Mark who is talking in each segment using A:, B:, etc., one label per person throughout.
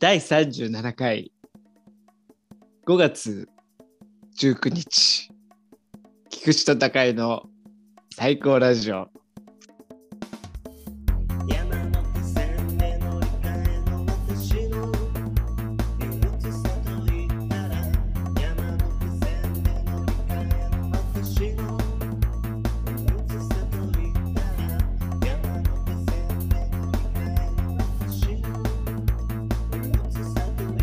A: 第37回5月19日菊池と高井の最高ラジオ
B: 山手線で乗り換えの私の荷物さと言ったら山手線で乗り換えの私の荷物さと言ったら山手線で乗り換えの私の荷物さと言ったら山手線で乗り換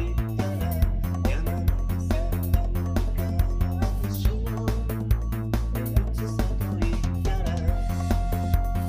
B: えの私の荷物さと言ったら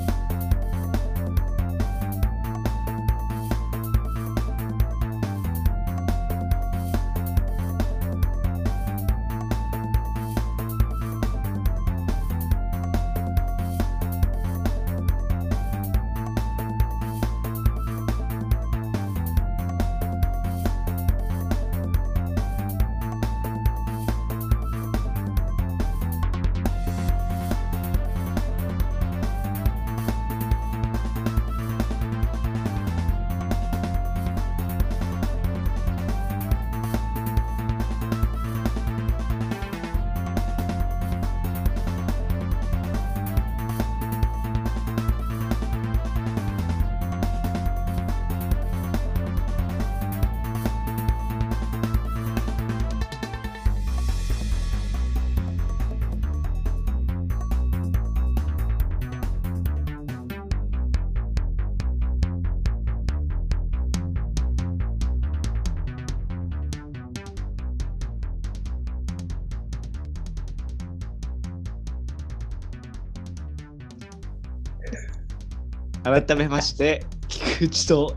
A: 改めまして菊池と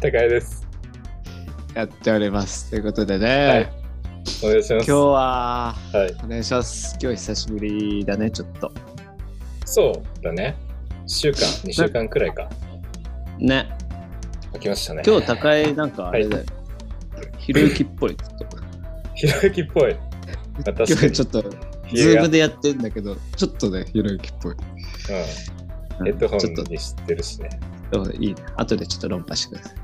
C: 高井です。
A: やっておりますということでね、
C: はいお願いしま
A: 今
C: す。
A: 日は
C: はい。
A: お願いします今日久しぶりだねちょっと
C: そうだね。1週間、2週間くらいか。
A: ね
C: 空きましたね。
A: 今日高井なんかあれだよ、ひろゆきっぽいちょっと
C: ひろゆきっぽい。確か
A: 今日
C: に。
A: ちょっと
C: ひ
A: ズ
C: げ
A: ー
C: が
A: ムでやってんだけどちょっとねひろゆきっぽい
C: うん。ヘッドホ
A: ちょっ
C: ン
A: と
C: にしてるしね。
A: うんいいね後でちょっと論破してくださ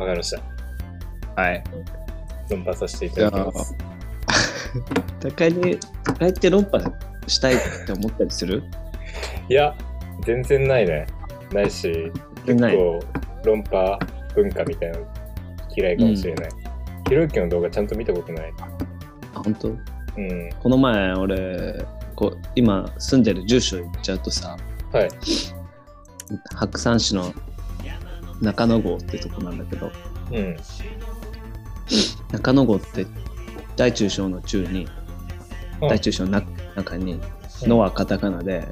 C: わかりました。
A: いはい
C: 論破させていただきます。
A: 高井に高井って論破したいって思ったりする
C: いや、全然ないね。ないし、 結
A: ない
C: 構論破文化みたいなの嫌いかもしれない。ひろゆきの動画ちゃんと見たことない。
A: あ本当
C: うん。
A: この前俺こう今住んでる住所行っちゃうとさ
C: はい。
A: 白山市の中野郷ってとこなんだけど
C: うん。
A: 中野郷って大中小の中に
C: うん
A: 大中小の中中に「の」はカタカナで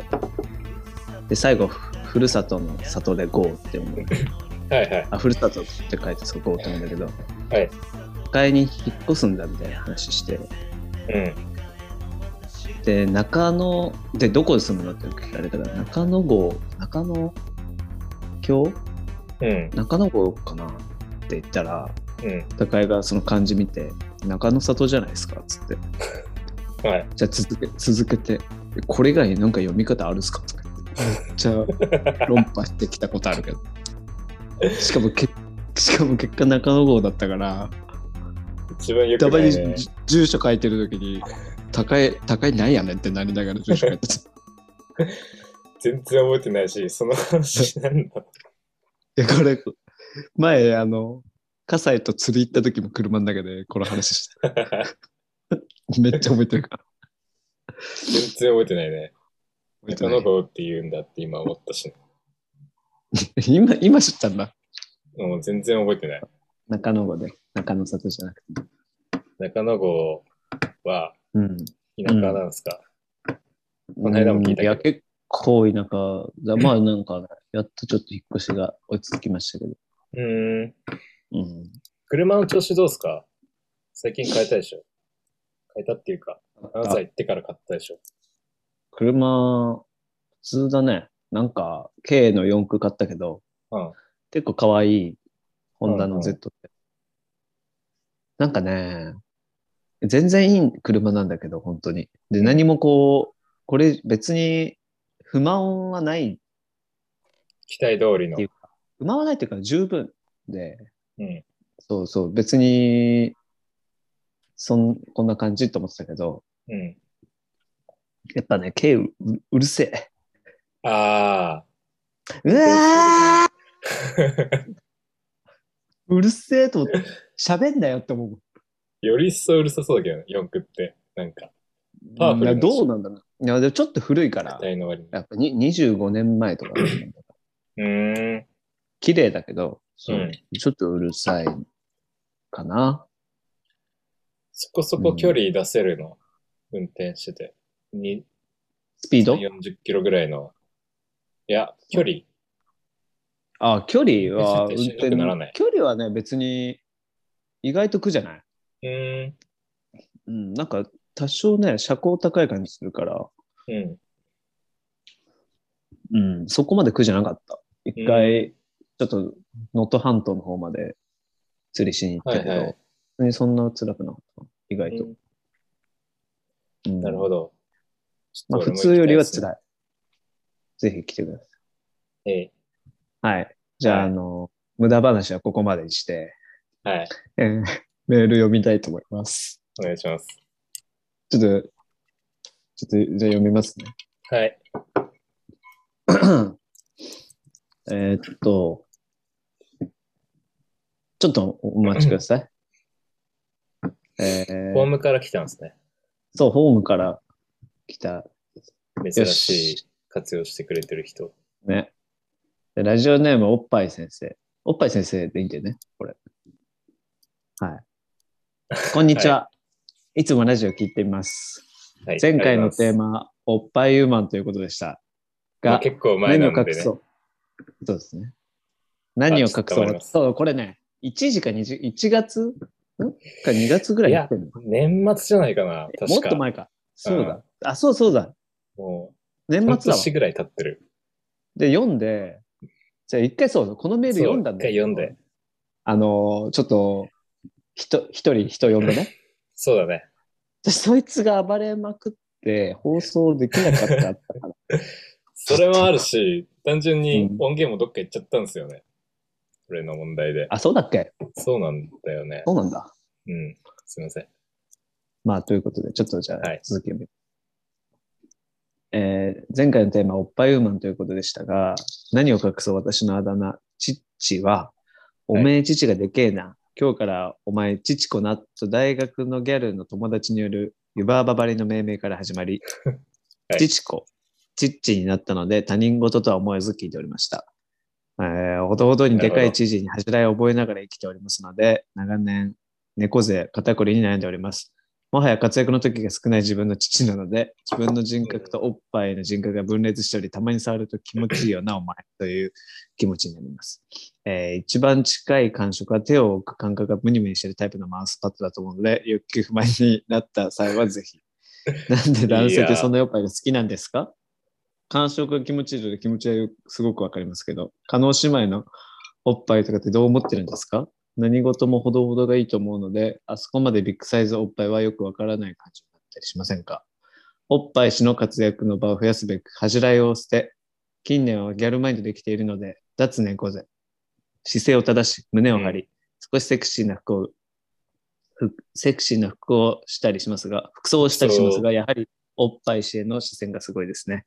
A: で最後ふふるさとの里で「郷」って思う
C: はいはい。
A: あふるさとって書いてそこ「郷」って思うんだけど
C: はい。
A: 買いに引っ越すんだみたいな話して
C: うん。
A: で中野でどこで住むのって聞かれたから中野郷中野京
C: うん。
A: 中野郷かなって言ったら
C: うん。
A: 高井がその漢字見て「中野里じゃないですか」っつって
C: はい。
A: じゃあ続け続けて「これ以外なんか読み方あるんすか?」とか言ってめっちゃ論破してきたことあるけどしかもけしかも結果中野郷だったから
C: 一番よ
A: た
C: くな
A: ま
C: い
A: に
C: ね。
A: じ住所書いてる時に高い高いなんやねんってなりながら住所書いてた
C: 全然覚えてないし、その話なん
A: い
C: だ。
A: やこれ前あの葛西と釣り行った時も車の中でこの話してためっちゃ覚えてるから
C: 全然覚えてないね。
A: 覚えてな
C: 中
A: い
C: 野郷って言うんだって今思ったし、
A: 今今知ったんだ
C: もう全然覚えてない。
A: 中野郷で中野里じゃなくて
C: 中野郷は
A: うん
C: 田舎なんですか、
A: こ
C: この間も聞いたけど
A: や、結構田舎だ。まあなんか、やっとちょっと引っ越しが追いつきましたけど。
C: うーん。
A: うん。
C: 車の調子どうですか最近変えたでしょ変えたっていうか、何歳行ってから買ったでしょ
A: 車、普通だね。なんか、K の四駆買ったけど、
C: うん
A: 結構可愛い、ホンダ
C: うんう
A: の
C: ん
A: Z って。なんかね、全然いい車なんだけど、本当に。で、何もこう、これ別に不満はない、
C: 期待通りの
A: ってい。う不満はないっていうか十分で、
C: うん。
A: そうそう、別に、そん、こんな感じと思ってたけど、
C: うん。
A: やっぱね、K ううるせえ。
C: ああ。
A: うわ ーうるせえと思って、喋んなよって思う。
C: より一層うるさそうだけどね、四駆って。なんか、パワフル
A: う
C: だ
A: ん
C: し
A: どうなんだろう。いや、でもちょっと古いから、
C: 大の割に。
A: やっぱに25年前とか、
C: うーん。
A: 綺麗だけど、そう
C: うん
A: ちょっとうるさいかな。
C: そこそこ距離出せるの、運転してて。に
A: スピード
C: ?40 キロぐらいの。いや、距離。
A: あ、距離は、
C: 別にしんどくならない
A: 運転距離はね、別に意外と苦じゃない。
C: うーん。
A: うん、なんか多少ね、車高高い感じするから、
C: うん。
A: うん、そこまで苦じゃなかった。一回、ちょっと能登半島の方まで釣りしに行ったけど、
C: はいはい
A: 別にそんな辛くなかった。意外と。
C: う
A: うん
C: んなるほど。
A: まあ、普通よりは
C: い。
A: 辛い。ぜひ来てください。
C: え
A: はい。じゃあ、
C: はい
A: あの、無駄話はここまでにして、
C: えはい。
A: えーメール読みたいと思います。
C: お願いします。
A: ちょっと、ちょっと、じゃあ読みますね。
C: はい。
A: えーっと、ちょっとお待ちください。えー
C: ホームから来たんですね。
A: そう、ホームから来た、
C: 珍しい活用してくれてる人。
A: ね。でラジオネーム、おっぱい先生。おっぱい先生でいいんだよね、これ。 はい。こんにちは。い、つもラジオ聞いています。
C: はい、
A: 前回のテー
C: マ
A: マ、おっぱいウーマンということでした。
C: が
A: が、
C: 結構前
A: 何
C: な
A: を
C: んで
A: 隠
C: ね。
A: そう。そうですね。何を隠
C: ちょ
A: そ
C: っとわかり
A: う
C: ます
A: そう、これね、1時か2時、1月んか2月ぐらいやってんの
C: 年末じゃないかな、確か。
A: もっと前か。そうだ。あ、そうそうだ。
C: も
A: 年
C: う、半
A: 末だわ
C: 年。ぐらい経ってる。
A: で、読んで、じゃあ一回そう、このメール読んだんだ
C: そう一回
A: けど
C: 読んで。
A: あのー、ちょっと、人、一人人呼んでね。
C: そうだね。
A: でそいつが暴れまくって放送できなかったから。
C: それもあ るし、単純に
A: うん
C: 音源もどっか行っちゃったんですよね。これの問題で。
A: あ、そうだっけ
C: そうなんだよね
A: そ。うなんだ。
C: うん。すみません。
A: まあ、ということで、ちょっとじゃあ
C: はい、
A: 続きを見る、えー前回のテーマ、おっぱいウーマンということでしたが、何を隠そう私のあだ名、チッチは、おめえ父がでけえな、今日からお前チチコな、と大学のギャルの友達による湯婆婆ばりの命名から始まり、
C: はい
A: チチコ、チッチになったので他人事とは思えず聞いておりました。えーほどほどにでかい知事に恥じらいを覚えながら生きておりますので、長年猫背、肩こりに悩んでおります。もはや活躍の時が少ない自分の父なので、自分の人格とおっぱいの人格が分裂しており、たまに触ると気持ちいいよな、お前という気持ちになります。えー一番近い感触は手を置く感覚がムニムニしてるタイプのマウスパッドだと思うので、欲求不満になった際はぜひ。なんで男性ってそんなおっぱいが好きなんですか感触が気持ちいいので気持ちはよすごくわかりますけど、加納姉妹のおっぱいとかってどう思ってるんですか何事もほどほどがいいと思うので、あそこまでビッグサイズおっぱいはよくわからない感じになったりしませんかおっぱい氏の活躍の場を増やすべく恥じらいを捨て、近年はギャルマインドできているので、脱猫背。姿勢を正し、胸を張り、少しセクシーな服を、ふセクシーな服をしたりしますが、服装をしたりします
C: そ
A: が、やはりおっぱい氏への視線がすごいですね。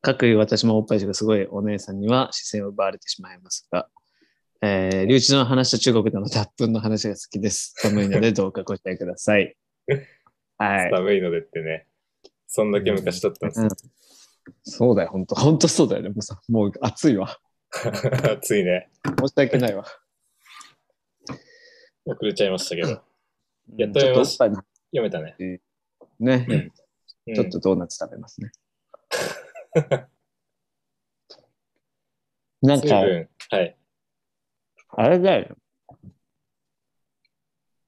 A: かくいう私もおっぱい氏がすごいお姉さんには視線を奪われてしまいますが、えー、留置所の話と中国での脱粉の話が好きです。寒いのでどうかご期待くださ い。はい。
C: 寒いのでってね。そんだけ昔だったんです
A: うんそうだよ、本当本当そうだよね。もうさ、もう暑いわ。
C: よ。 暑いね。
A: 申し訳ないわ。
C: 遅れちゃいましたけど。 やっと
A: ちょっ
C: やり
A: とお
C: ま
A: っ
C: す
A: ぱいの
C: 読めたね。
A: ね、
C: うん
A: ちょっとドーナツ食べ ますね。なん
C: 随
A: か、
C: 分。はい。
A: あれだよね。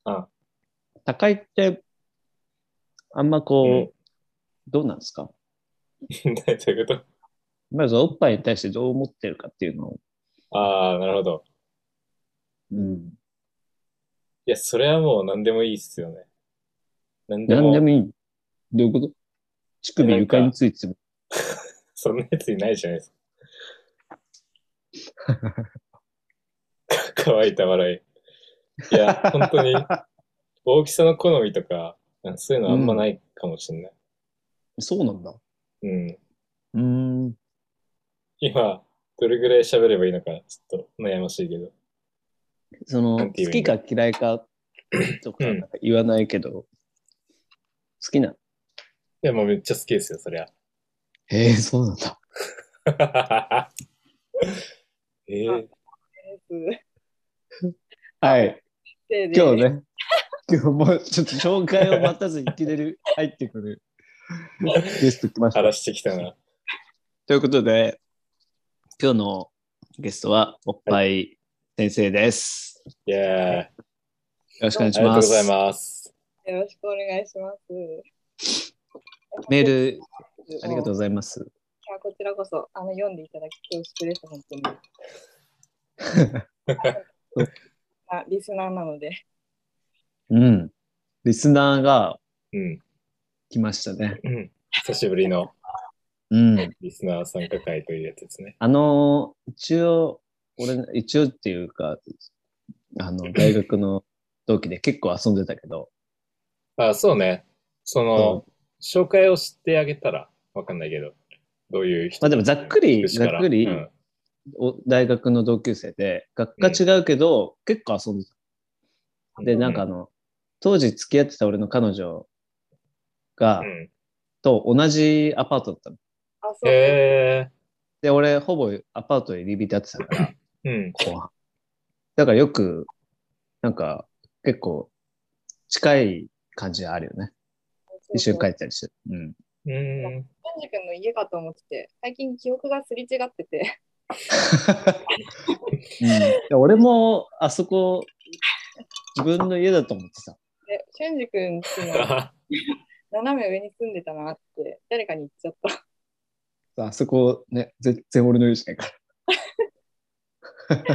C: あ
A: 高いって、あんまこう、
C: うん
A: どうなんですか
C: というこ
A: まずおっぱいに対してどう思ってるかっていうのを。
C: と ああ、なるほど。
A: うん。
C: いや、それはもう何でもいいっすよね。何で
A: 何
C: も。
A: でもいい。どういうこと乳首
C: なんか
A: 床についても。
C: そんなやついないじゃないです か。乾いた笑いや、本当に、大きさの好みとか、そういうのあんまないかもしれない。
D: そうなんだ。
C: うん。
A: うーん。
C: 今、どれぐらい喋ればいいのか、ちょっと悩ましいけど。
A: その、
C: な
A: 好
C: んて言う
A: きか嫌いかとかなんか言わないけど、好きな。
C: いや、もうめっちゃ好きですよ、そりゃ。
A: へえ、そうなんだ。
C: えー、
A: はい。
E: 今
A: 今日。ね、今日もうちょっと紹介を待たずにいきなり入ってくるゲスト来ました。
C: 話してきたな。
A: ということで、今日のゲストは、おっぱい先生です。
C: いやー、あ
A: よろしくお願い
C: り
A: し
C: がとう
A: ま
C: ご
A: す。
C: ざいます。
E: よろしくお願いします。
A: メール、ありがとう
E: う。
A: ございます。
E: いやこちらこそ、あの、読んでいただき恐縮です、本当に。 あ、リスナーなので。
A: うん。リスナーが
C: うん。
A: 来ましたね。
C: うん久しぶりの
A: うん。
C: リスナー参加会というやつですね。
A: あのー、一応、俺、一応っていうか、あの、大学の同期で結構遊んでたけど、
C: あ、そうね。その、紹介をしてあげたらわかんないけど、どういう人
A: まあでもざっくり
C: 口から
A: ざっくり
C: うん
A: お大学の同級生で、学科違うけど、結構遊んでた。で、なんかあの、当時付き合ってた俺の彼女が、
C: うん
A: と同じアパートだったの。
E: あ、そう。
C: へ
A: で、俺、ほぼアパートに入り浸ってたから、
C: えうん。
A: 後半。だからよく、なんか、結構、近い感じあるよね。一緒に帰
E: い。
A: ったりして。うん。
C: うん。
E: パンジ君の家かと思ってて、最近記憶がすり違ってて、
A: うんで、俺も、あそこ、自分の家だと思ってさ。
E: で、俊二君ち の
C: あ
E: 斜め上に住んでたなって、誰かに言っちゃった。
A: あそこ、ね、全然俺の家じゃないから。
C: 確か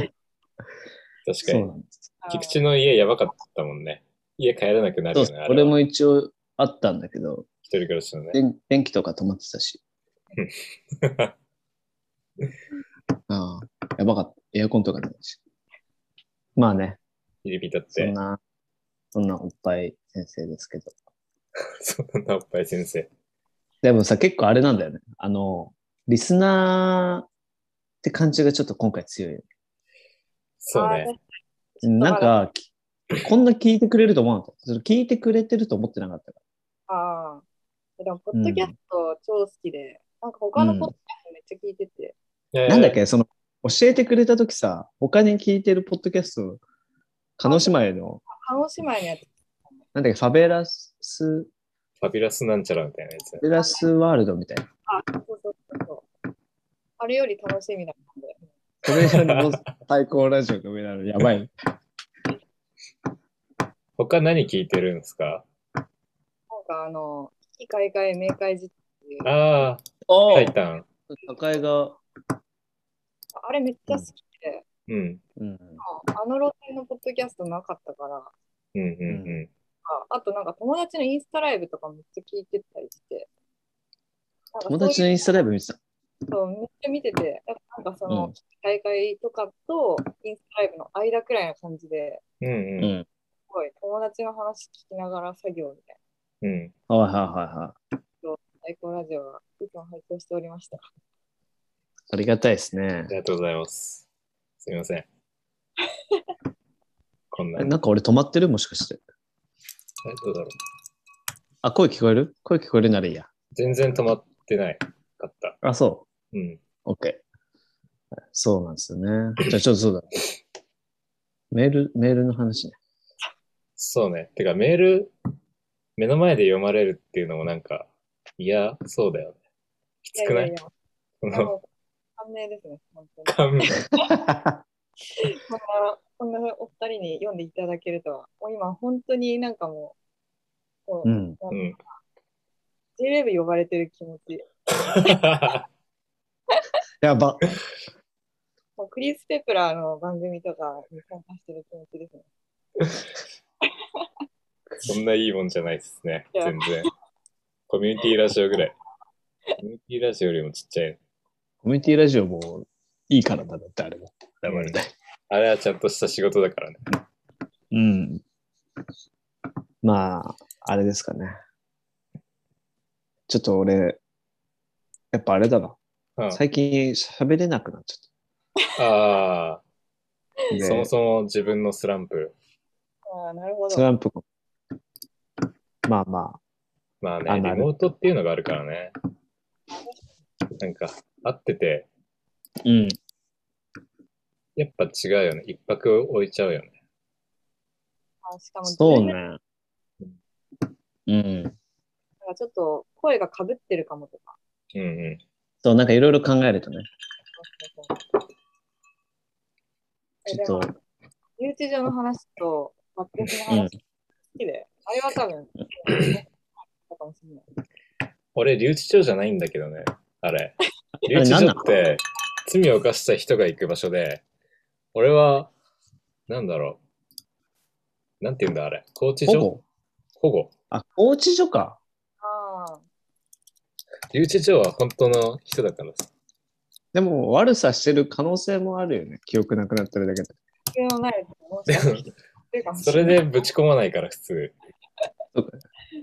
A: そう
C: に
A: な。んです。
E: あー
C: 菊池の家やばかったもんね。家帰らなくなる
A: そ
C: よ
A: う
C: ね。
A: そう
C: あれは
A: 俺も一応あったんだけど、
C: 一人暮らしのね。
A: 電電気とか止まってたし。ああ、やばかった。エアコンとかないし。まあね、
C: 入り浸っ
A: そん
C: て。
A: な、そんなおっぱい先生ですけど。
C: そんなおっぱい先生。
A: でもさ、結構あれなんだよね。あの、リスナーって感じがちょっと今回強いよね。
C: そうね。
A: なんか、きこんな聞いてくれると思わなかった。それ聞いてくれてると思ってなかったか
E: ああ。でも、ポッドキャスト超好きで、なんか他のポッドキャストめっちゃ聞いてて、
A: ら。なんだっけ、その、教えてくれたときさ、他に聞いてるポッドキャスト、叶姉妹の、
E: 鹿児島にあって、
A: なんだっけ、ファベラス、フ
C: ファビュラスなんちゃらみたいなやつ
A: ァ。ベラスワールドみたいな。
E: あ、そうそうそうそう。あれより楽しみだったんで。
A: これの最高ラジオの上なの、やばい。
C: 他何聞いてるんですか
E: なんかあの、危機開会明快時っていう、あ
C: ああ、
A: お
C: タ
A: ー
C: イタン。
A: 高井が、
E: れめっちゃ好きで、
C: うん。
A: うん。
E: あの路線のポッドキャストなかったから、
C: うんうんうん。
E: ああとなんか友達のインスタライブとかめっちゃ聞いてたりして、なんかそうい
A: 友
E: う
A: 達のインスタライブ見てた。
E: そうめっちゃ見てて、だからなんかその、
A: うん
E: 大会とかとインスタライブの間くらいな感じで、
C: うん
A: う
C: うん。
A: ん。
E: すごい友達の話聞きながら作業みたい
C: うん。
A: はいはいはいはい。
E: な、最高ラジオがいつも配信しておりました。
A: ありがたいですね
C: あ。りがとうございます。すみま せん。こんな。
A: え
C: え
A: なんか俺止まってるもしかして。
C: どうだろう。
A: あ、声聞こえる声聞こえるならいいや。
C: 全然止まってない。かった。
A: あ、そ
C: うん。
A: う。OK。そうなんですよね。じゃあちょっとそうだ。メール、メールの話ね。
C: そうね。てか、メール、目の前で読まれるっていうのもなんか、いや、そうだよね。きつくない
E: いやい
C: こ
E: やいや、
C: の
E: もう感銘ですね、本当に。
C: 紙
E: こんな、こんなお二人に読んでいただけるとは、もう今本当になんかもう、こ
A: う
E: う、
A: ん。
C: うん
E: JWave 呼ばれてる気持ち。
A: やば。
E: もうクリス・ペプラーの番組とかに参加してる気持ちですね。
C: そんないいもんじゃないですね。
E: いや
C: 全然。コミュニティラジオぐらい。コミュニティラジオよりもちっちゃい。
A: コミュニティラジオもいいからだってあれも。だからね
C: あれはちゃんとした仕事だからね。
A: うん。まあ、あれですかね。ちょっと俺、やっぱあれだな。
C: うん、
A: 最近喋れなくなっち
C: あ
A: ゃった。
C: あ、
A: で
C: そもそも自分のスランプ。
E: ああ、なるほ
A: ト
E: ど。
A: ランプもまあま
C: まあね、
A: あ
C: リ
A: なる
C: モートっていうのがあるからね。なんか、会ってて、
A: あ。うん。
C: やっぱ違うよね。一泊置いちゃうよね。
E: あしかも、
A: そう
E: なん
A: ね。うん。
E: かちょっと声がかぶってるかもとか。
C: うんうん。
A: そう、なんかいろいろ考えるとね。
E: え
A: ち
E: で
A: ょ
E: も
A: っと、
E: 留置所の話と爆撃の話、
A: うん
E: 好きで、あれは多 分、だかもしれない。
C: 俺、留置所じゃないんだけどね。あれ。留
A: れ
C: 置
A: 何
C: 所
A: な
C: っ
A: の
C: て、罪を犯した人が行く場所で、俺は、なんだろう。なんて言うんだ、あれ。拘置
A: 保
C: 所
A: 護
C: 保護。
A: あ、放置所か。
E: ああ、
C: 留置所は本当の人だからさ。
A: でも悪さしてる可能性もあるよね。記憶なくなってるだけで。
E: 必要ないと申し訳ないっていうかもし
C: そ
E: れ
C: れ
E: ない。
C: でぶち込まないから、普通。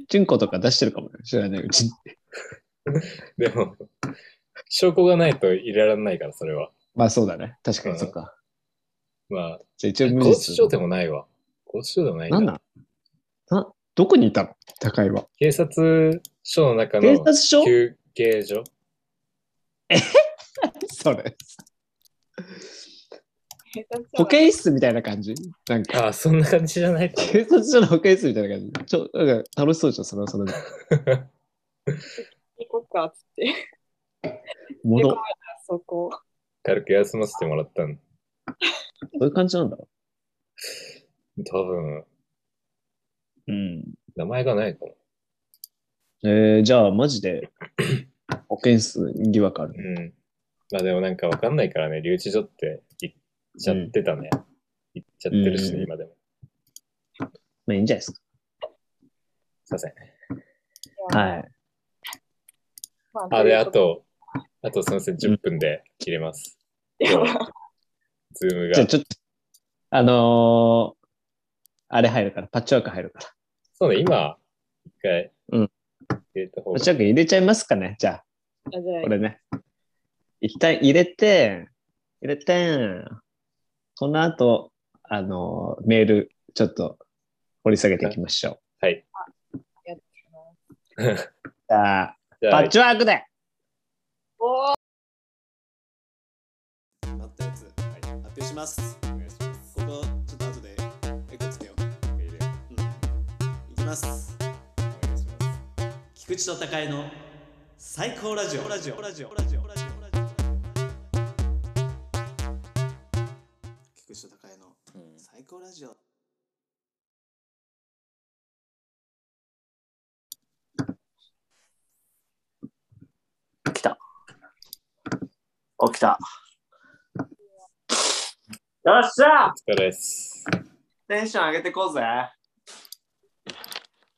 A: チンコとか出してるかもね。知らないうちに。
C: でも、 証拠がないと入れられないから、それは。
A: まあそうだね。確か
C: う
A: に
C: ん
A: そっか。
C: まあ、
A: じゃあ一応無実。
C: 拘置所でもないわ。拘置所でもないんだ。
A: なんなんなどこにいたの高井は。
C: 警察署の中
A: 警
C: の
A: 察署
C: 休憩所。
A: それ。
E: 警察
A: 保
E: 署
A: 健室みたいな感じなんか。
C: ああ、そんな感じじゃないと思う
A: 警察署の保健室みたいな感じ。ちょなんか楽しそうじゃん、それはそれで。
E: に行こっかっつって、
A: もろ、そ
E: そこ。
C: 軽く休ませてもらったの。
A: ういう感じなんだろ
C: 多分、
A: う。うん。
C: 名前がないかも。
A: えー、じゃあマジで保健室疑惑ある
C: う
A: ね。
C: ん。まあでもなんかわかんないからね、留置所って行っちゃってたね。行っちゃってるし、
A: うん
C: 今でも。
A: まあいいんじゃないです
C: すいません。
A: か。はい。
E: ま
C: あ、で、あ。
E: という
C: と、あとすいません、10分で切れます。
E: いや
C: 今日はズーム
A: じゃあ
C: が。
A: ちょっと、あのー、あれ入るから、パッチワーク入るから。
C: そうね、今、一回、
A: うん
C: 入れた方
A: パ
C: が
A: ッチワーク入れちゃいますかね、じゃあ。
E: あじゃあ
A: これね。一旦入れて、入れて、この後、あの、メール、ちょっと掘り下げていきましょう。
C: はい。
E: やってみます
A: じゃあ、
C: じゃ
A: パ
C: あ
A: ッチワークで
E: おー
D: あったやつ、発表します。ここ、ちょっと後で、エコつけよう。いきます。菊池と高井の最高ラジオ。ラジオ、ラジオ、ラジオ、ラジオ、ラジオ。菊池と高井の最高ラジオ。
A: 来た。起きた。よっしゃ
C: お疲れです。
A: テンション上げてこうぜ。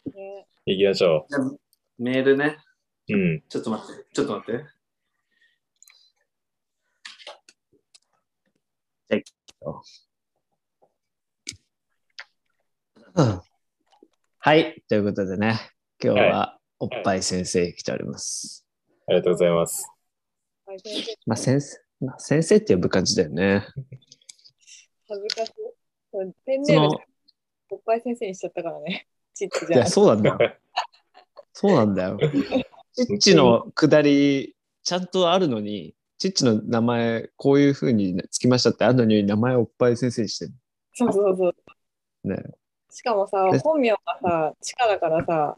E: ね
C: 行きましょ
A: メールね。
C: う。うん。
A: ちょっと待って。ちょっと待って。じゃあ行こううんはい。ということでね、今日はおっぱい先生来ております。
C: ありがとうございます。
E: はい先生
A: まあ先生、まあ、先生って呼ぶ感じだよね。
E: 恥ずかしい。そうペン
A: そ
E: ネーム
A: の
E: で、おっぱい先生にしちゃったからね。 ちっち
A: い
E: じゃん
A: や、。そうなんだよ。そうなんだよ。チッチのくだり、ちゃんとあるのに、チッチの名前、こういうふうにつきましたってあるのに、名前おっぱい先生にしてる。
E: そうそうそう。
A: ね
E: しかもさ
A: で、
E: 本名がさ、地下だからさ、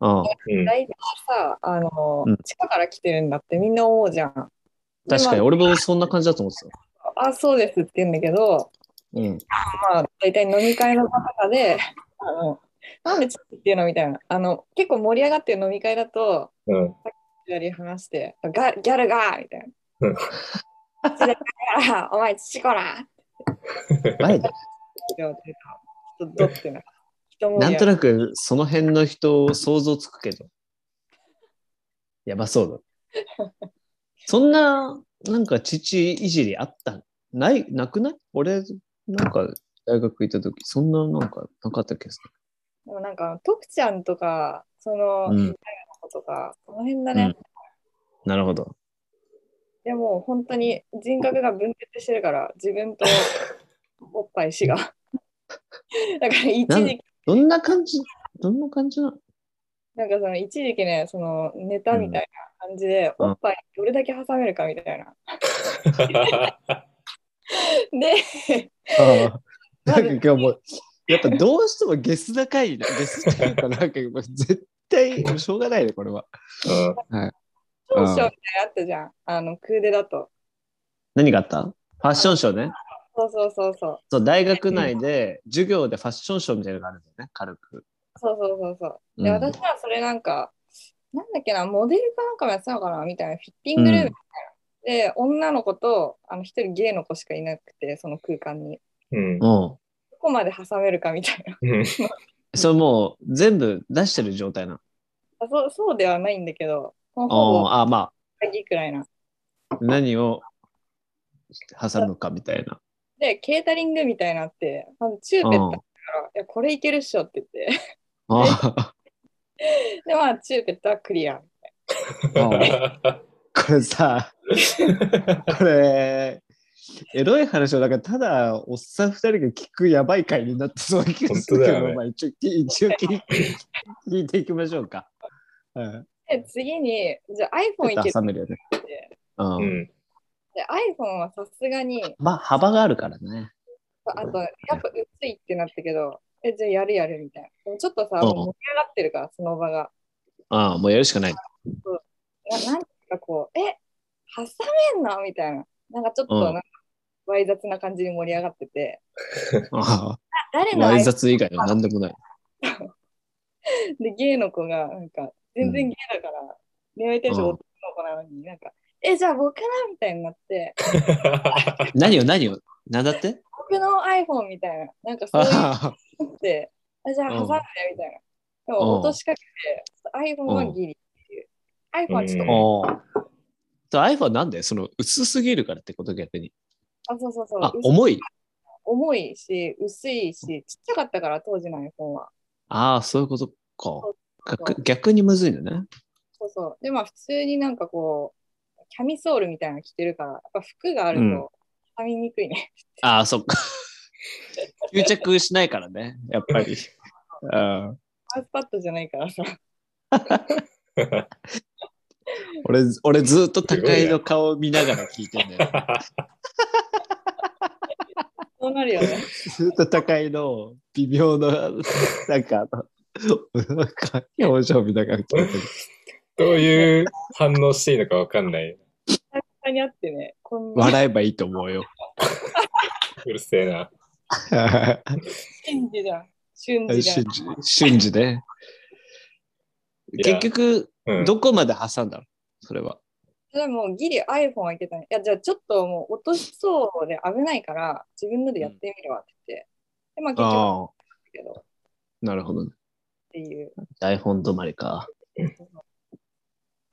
A: うん。
C: うん。
E: 大体さ、あの、
A: うん
E: 地下から来てるんだってみんな思うじゃん。
A: 確かに、
E: で
A: 俺もそんな感じだと思って
E: まあ、あそうですって言うんだけど、
A: たよ。うん。
E: まあ、大体飲み会の中で、あの、なんでちょっとっていうのみたいな。あの、結構盛り上がってる飲み会だと、
C: うん。
E: やり話して、ガギャルがみたい
C: うん
E: な。それから お前、チコラ
A: バイだ
E: ちょっとどってな。人も
A: なんとなく、その辺の人を想像つくけど。やばそうだ。そんな、なんか、父いじりあったないなくない俺、なんか、大学行った時、そんななんかなかったっけ
E: でもなんか、徳ちゃんとか、その、
A: う
E: みたい
A: ん
E: な子とか、この辺だね。
A: なるほど。
E: でも、本当に人格が分裂してるから、自分と おっぱい氏が。だ から、一
A: なん
E: 時期、
A: どんな感じどんな感じなの
E: なんかその、一時期ね、その、ネタみたいな感じで、
A: うん
E: おっぱいどれだけ挟めるかみたいな。 で、
A: ああ、
E: ま
A: な
E: ず
A: んか今日もう、やっぱどうしてもゲス高いな。ゲスっていうか、なんかもう絶対もうしょうがないね、これは。
C: うん
E: 長所みたいなのあったじゃん。あの、クーデだと。
A: 何があったファッションショーね。
E: そうそうそうそう。
A: そう、大学内で授業でファッションショーみたいなのがあるんだよね、軽く。
E: そうそうそうそう。
A: う
E: で、
A: ん
E: 私はそれなんか、なんだっけな、モデルかなんかもやってたのかなみたいな、フィッティングルームみたいな。で、女の子と、あの、一人ゲイの子しかいなくて、その空間に。
C: うん
A: うん。
E: どこまで挟めるかみたいな。
C: うん
A: それもう全部出してる状態なの。
E: あそうそうではないんだけど、
A: う
E: もうほ
A: ん
E: ぼ
A: ああ、ま
E: 鍵くらいな。
A: あ、何を挟むかみたいな。
E: で、ケータリングみたいなのあって、あのチューペットだから、いや、これいけるっしょって言っ
A: あ
E: て。で、まあ、チューペットはクリア。
A: あ、これさ、これ、エロい話をだからただおっさん二人が聞くやばい回になってそうな気がするけ
C: 本
A: ど、
C: 当だよね
A: まあ一応一応聞い聞いていきましょうか。うん、
E: で、次に、じゃあ iPhone いける
A: 挟めるよね。
E: って。
A: うん
C: うん
E: で、iPhone はさすがに、
A: まあ幅があるからね。
E: あと、やっぱ薄いってなったけど、え、じゃあやるやるみたいな。でもちょっと
A: う
E: さ、
A: ん
E: もう盛り上がってるから、その場が。
A: ああ、もうやるしかない。
E: ななんかこう、え、挟めんのみたいな。なんかちょっと
A: うん
E: なんか、わい雑な感じに盛り上がってて、
A: あ
E: 誰
A: あ、
E: の
A: わ
E: アイ
A: い
E: で
A: 雑以外は何でもない。
E: ゲイの子が、なんか、全然ゲイだから、恋愛対象
A: うん
E: 男の子なのに、なんか、え、じゃあ僕なみたいになって、
A: 何を何を何だって
E: 僕の iPhone みたいな、なんかそういうの
A: あ
E: って、あじゃあ
A: うん
E: 挟んでみたいな。で
A: うん
E: も落としかけて、iPhone はギリっていう。iPhone はちょっと
A: あ。おーそう iPhone なんでその薄すぎるからってこと逆に。
E: あ、そうそうそう。
A: あ、
E: 薄
A: 重い。
E: 重いし、薄いし、ちっちゃかったから、当時の iPhone は。
A: ああ、そういうことか。
E: そう
A: 逆逆にむずいのね。
E: そうそう。で、まあ、普通になんかこう、キャミソールみたいなの着てるから、やっぱ服がある
A: うん
E: と、はみにくいね。
A: ああ、そっか。吸着しないからね、やっぱ り。うん
E: マウスパッドじゃないからさ。
A: 俺、俺ずっと高井の顔を見ながら聞いてんだよ。
E: そうなるよね。
A: ずっと高井の微妙な、なんか、あの、なんか表情見ながら聞いてる。
C: どういう反応していいのかわかんない。
E: 他にあってね、こんな
A: 笑えばいいと思うよ。
C: うるせえな。
E: 瞬時じゃん。瞬時じゃ
A: 瞬
E: ん。
A: 時、瞬時ね。
C: いや
A: 結局、
C: うん
A: どこまで挟んだのそれは。
E: でも、ギリ iPhone はいけたね。いや、じゃあちょっともう落としそうで危ないから、自分のでやってみるわって言って。で、まあ、結局だ
A: ああ、
E: けど、っ
A: なるほどね。
E: ていう。
A: 台本止まりか。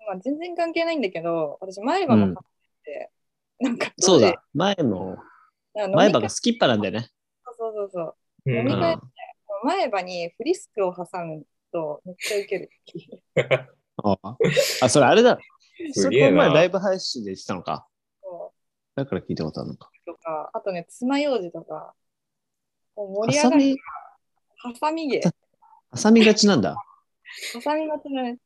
E: まあ、全然関係ないんだけど、私、前歯も買ってて、なんか
A: そうだ、前も、
E: 当時、
A: 前歯
E: が
A: が好きっぱなんだよね。
E: そうそうそう。
C: う
E: 飲
A: うん
E: み
C: ん、
E: 会前歯にフリスクを挟むとめっちゃウケる。
A: あああ、それあれだ。
C: す
A: そ
C: げえ
A: れこの
C: な
A: 前ライブ配信で言ってたのか。
E: そ
A: だから聞いたことあるのか。
E: うとか、あとね、爪楊枝とか、も
A: ハ
E: う盛り
A: サ
E: 上がる。
A: ミ、
E: ハサミ芸。
A: ハサミがちなんだ。
E: ハサミがつね。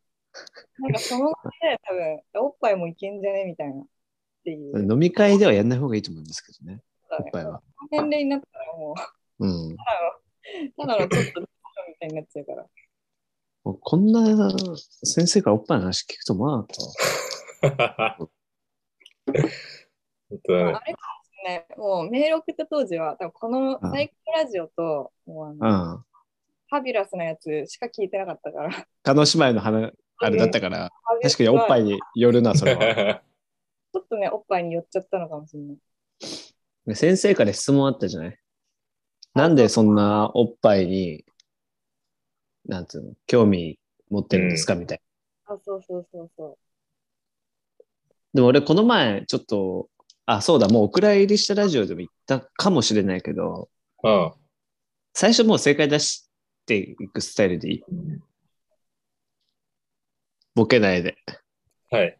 E: なんかその場で多分、おっぱいもいけんじゃねみたいな。っていう。
A: 飲み会ではやんない方がいいと思うんですけどね。
E: だ
A: おっ
E: ね
A: ぱいは。
E: 年齢になったらもう、
A: うん。
E: ただのちょっと、みたいになっちゃうから。
A: もうこんな先生からおっぱいの話聞くと思わなかったわ。
C: 本
E: あ。れか
C: 当だね
E: もしれない。もうメール送った当時は、多分この
A: うん
E: サイコラジオと、もうあの、
A: うん。
E: ファビュラスなやつしか聞いてなかったから。
A: 叶姉妹の話、あれだったから、確かにおっぱ
E: い。
A: いによるな、それは。
E: ちょっとね、おっぱいに寄っちゃったのかもしれない。
A: ね先生から質問あったじゃないなんでそんなおっぱいに、なんつうの、興味持ってるんですかみたい
E: あ、そうそうそうそ
A: な。でも俺この前ちょっと、あ、そうだ、もうお蔵入りしたラジオでも言ったかもしれないけど、
C: あうん。
A: 最初もう正解出していくスタイルでいいボケないで。
C: はい。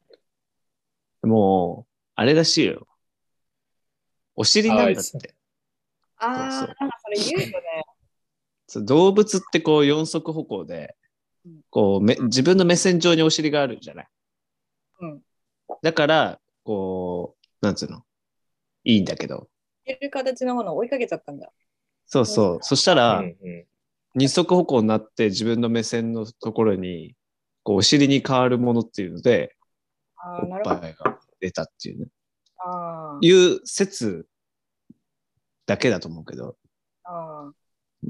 A: もう、あれらしいよ。お尻なんだっ
C: あいつ
A: て。
E: あー、
A: そ
E: な
A: うん
E: かそれ言うよね。
A: そう動物ってこう四足歩行で
E: うん、
A: こうめ自分の目線上にお尻があるじゃない。
E: うん。
A: だから、こう、なんつうのいいんだけど。
E: いる形のものを追いかけちゃったんだ。
A: そうそう。そしたら、
C: うんうん
A: 二足歩行になって自分の目線のところに、こうお尻に変わるものっていうので、お
E: ああ、
A: っ
E: なるほど。
A: ぱいが出たっていうね。
E: あー
A: いう説だけだと思うけど。
E: あー。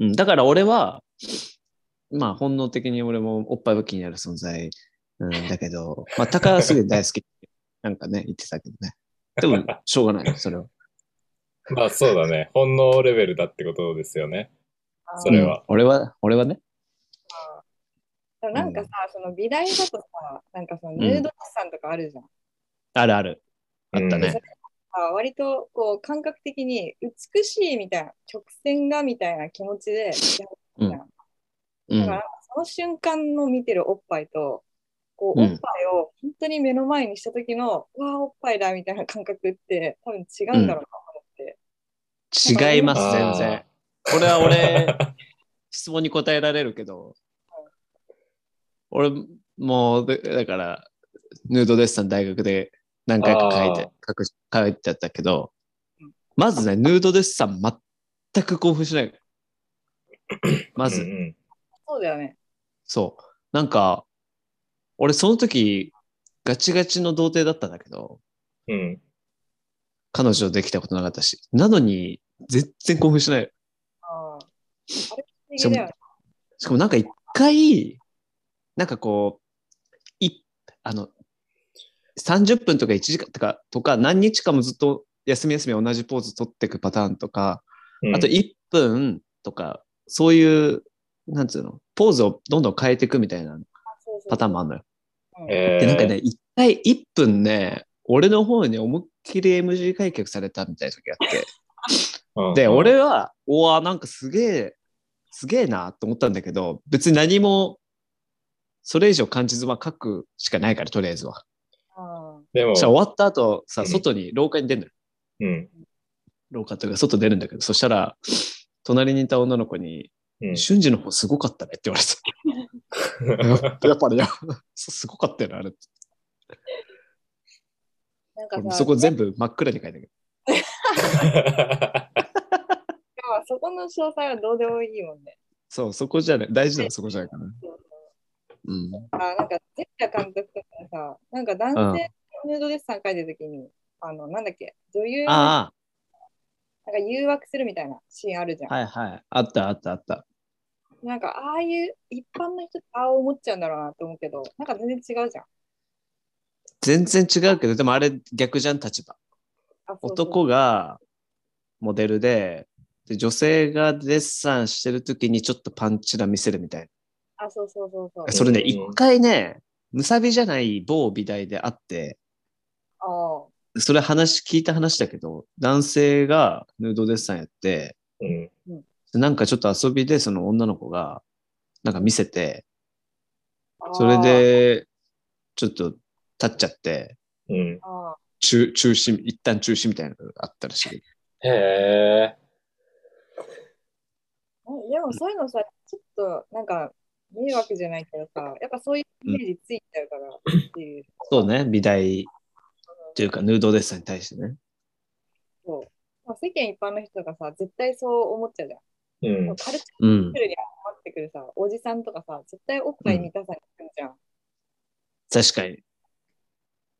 A: うん、だから俺は、まあ本能的に俺もおっぱい武器になる存在、うん、だけ ど、まあ高橋すげえ大好き。なんかね、言ってたけどね。でも、しょうがない、それは。
C: まあそうだね。本能レベルだってことですよね。
E: あー
C: それ
A: う
C: は
A: ん俺は、俺はね。
E: でもなんかさ、その美大だとさ、なんかそのヌードさんとかあるじゃん。
A: あるある。あったね。
E: あ割とこう感覚的に美しいみたいな、直線がみたいな気持ちで、
A: うん
E: だか
A: うん。
E: らその瞬間の見てるおっぱいと、こう
A: う
E: お
A: ん
E: っぱいを本当に目の前にした時の、うわあ、おっぱいだみたいな感覚って多分違うんだろうなと思って。
A: 違います、
C: あ
A: 全
C: ー
A: 然。これは俺、 質問に答えられるけど、俺、もう、でだから、ヌードデッサン大学で何回か書いて、書く書いてあったけど
E: うん、
A: まずね、ヌードデッサン全く興奮し ない。ま
C: ま
A: ず、
C: うん
E: そうだよね。
A: そう。なんか、俺その時、ガチガチの童貞だったんだけど、
C: うん。うん
A: 彼女できたことなかったし、なのに、全然興奮しない。
E: あーあれ不思議だよね。
A: しかもなんか一回、なんかこう、い、あの、30分とか1時間とか、とか何日かもずっと休み休み同じポーズ取っていくパターンとか、
C: うん
A: あと1分とか、そういう、なんつうの、ポーズをどんどん変えていくみたいな
E: そうそう
A: パターンもあるのよ。
E: うん
C: え
A: で、
C: ー、
A: なんかね、一回1分ね、俺の方に思いっきり MG 開脚されたみたいな時があって、
C: うん、
A: で、俺は、おわ、なんかすげえ、すげえなと思ったんだけど、別に何も、それ以上感じず、まあ書くしかないから、とりあえずは。
E: あ
C: でも
A: じゃ、終わった後、さ、
C: うん
A: 外に、廊下に出るのよ。
C: うん
A: 廊下というか、外出るんだけど、そしたら、隣にいた女の子に、
C: うん、
A: 瞬時の方すごかったねって言われ た。やっぱり、いやそうすごかったよね、あれ。
E: ーなん
A: 俺
E: かさ、
A: そこ全部真っ暗に書いてる。
E: まあそこの詳細はどうでもいいもんね。
A: そう、そこじゃない。大事なのはそこじゃないかな。うん。
E: あなんか、ジェシカ監督とかさ、なんか男性のヌードデッサン書いてるときに、あの、なんだっけ、女優をなんか
A: あ
E: 誘惑するみたいなシーンあるじゃん。
A: あ、はいはい。あったあったあった。
E: なんか、ああいう一般の人ってああ思っちゃうんだろうなと思うけど、なんか全然違うじゃん。
A: 全然違うけど、でもあれ逆じゃん、立場。
E: あそうそう
A: 男がモデルでで女性がデッサンしてる時にちょっとパンチラ見せるみたい
E: あ、そうそうそうそう
A: な。。それね、
C: うん
A: 一回ね、むさびじゃない某美大であって、
E: あ
A: それ話、聞いた話だけど、男性がヌードデッサンやって、
C: うん
A: なんかちょっと遊びでその女の子がなんか見せて、
E: あ
A: それ。でちょっと立っちゃって、
C: うん、
E: あ
A: 中、中止、一旦中止みたいなのがあったらしい。
C: へえ、
E: あでもそういうのさ、ちょっとなんか迷惑じゃないけどさ、やっぱそういうイメージついちゃうからっ ていう。
A: そうね、美大というかヌードデッサンに対してね。
E: そうまあ、世間一般の人がさ、絶対そう思っちゃうじゃん。
C: うん、
E: カルチャー
A: うん
E: ホ。テルに集まってくるさ、おじさんとかさ、絶対おっぱい満たされてるじゃん。
A: 確かに。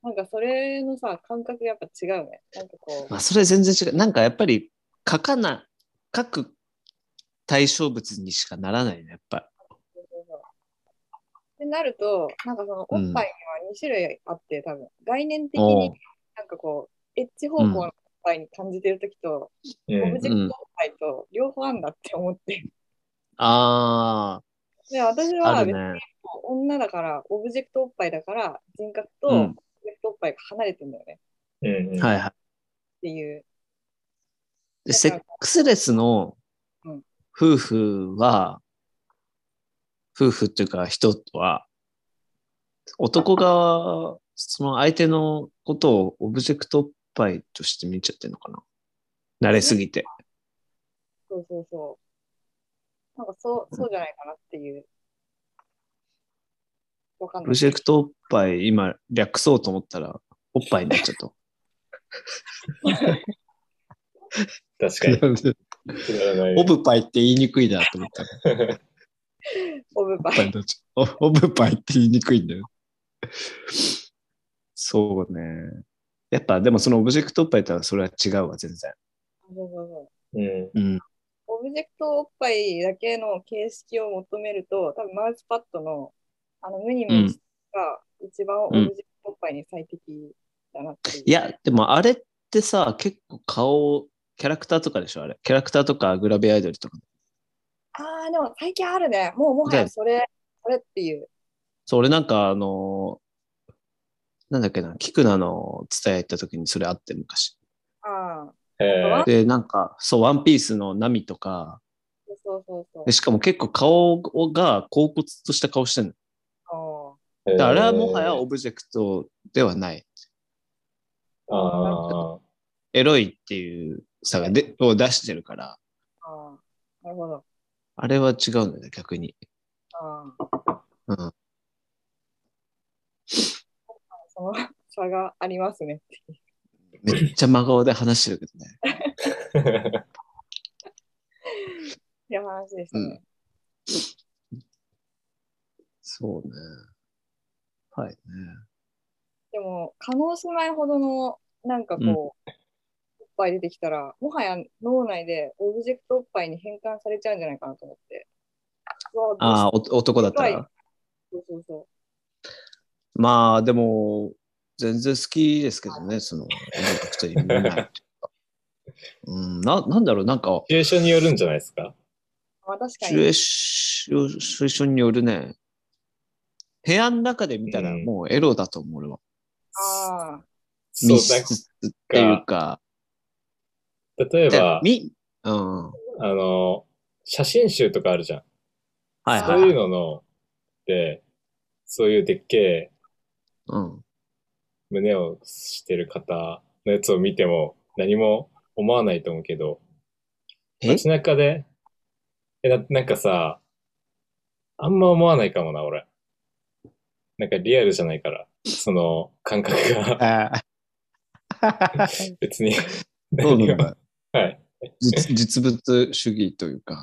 E: なんかそれのさ、感覚がやっぱ違うね。なんかこう、
A: まあ、それ全然違う。なんかやっぱり書かな、書く対象物にしかならないね、やっぱ
E: そうそうそうってなると、なんかそのおっぱいには2種類あって、多分概念的
A: り。お
E: に
A: う
E: なんかこう、エッジ方向のおっぱいに感じてるときと、
C: う
E: オブ
C: ん、
E: ジェクトおっぱいと両方あんだって思って。
A: あ
E: で私
A: あ、あ
E: は
A: る
E: 別に
A: ね。
E: 女だから、オブジェクトおっぱいだから、人格と
A: う
E: オブ
A: ん。
E: ジェクトおっぱいが離れてんだよね
C: うん、
A: はいは
E: っていう。
A: い。でセックスレスの夫婦は、夫婦っていうか人とは、男がその相手のことをオブジェクトっぽいとして見ちゃってるのかな慣れすぎて。
E: そうそうそう。なんかそう、そうじゃないかなっていう。わかん
A: オ
E: な
A: ブ
E: い。
A: ジェクトおっぱい、今略そうと思ったら、おっぱいになっちゃった。
C: 確かに。くだらない ね
A: オブパイって言いにくいなと思 った。
E: オブパ
A: オブパイ
E: イ。
A: になっち ゃうオブパイって言いにくいんだよ。そうね。やっぱでもそのオブジェクトおっぱいとはそれは違うわ、全然。
E: そうそうそう
C: うん。
A: うん。
E: オブジェクトおっぱいだけの形式を求めると、多分マウスパッドのあのムニムニが一番オブジェクトおっぱいに最適だなっていう。
A: いや、でもあれってさ、結構顔、キャラクターとかでしょ、あれ。キャラクターとかグラビアアイドルとか。
E: ああ、でも最近あるね。もうもは
A: だよ
E: や
A: ね
E: それ、それっていう。
A: そう、俺なんかあのーなんだっけな、キクナの伝え行った時にそれあって昔。
E: ああ、
C: へえ
A: で、なんか、そう、ワンピースのナミとか、
E: そうそうそう
A: でしかも結構顔が恍惚とした顔してるの。
E: そう。
C: へえ
A: だからあれはもはやオブジェクトではない。
C: ああ。
A: エロいっていう差がでを出してるから、
E: あああ、なるほど。
A: あれは違うんだよね、逆に。
E: ああ、
A: うん。
E: その差がありますね。
A: めっちゃ真顔で話してるけどね。
E: っていう話でしたね。
A: そうね。はいね。
E: でも、可能しないほどの、なんかこう、
A: うん
E: おっぱい出てきたら、もはや脳内でオブジェクトおっぱいに変換されちゃうんじゃないかなと思って。うわ
A: ああ、
E: ど
A: お男だった
E: は
A: ら。
E: うしそうそう
A: まあ、でも、全然好きですけどね、その、人に見ない。うん、な、なんだろう、なんか、
C: 急所によるんじゃないですか
E: そう。まあ確か
A: シチ
E: に
A: ュエーションによるね、部屋の中で見たら
C: うん
A: もうエロだと思う、俺は。
E: ああ、
C: そう
A: 密室っていうか、
C: だ例えば、
A: み、うん。は
C: あの、写真集とかあるじゃん。
A: い
C: そ
A: は
C: うい。
A: いう
C: のの、で、そういうでっけえ
A: うん。
C: 胸をしてる方のやつを見ても何も思わないと思うけど、
A: え
C: 街中で、え、ななんかさ、あんま思わないかもな、俺。なんかリアルじゃないから、その感覚 が
A: あー
C: 別に
A: そう
C: 何
A: なん
C: が。
A: だ。
C: はい。
A: 実実物主義というか。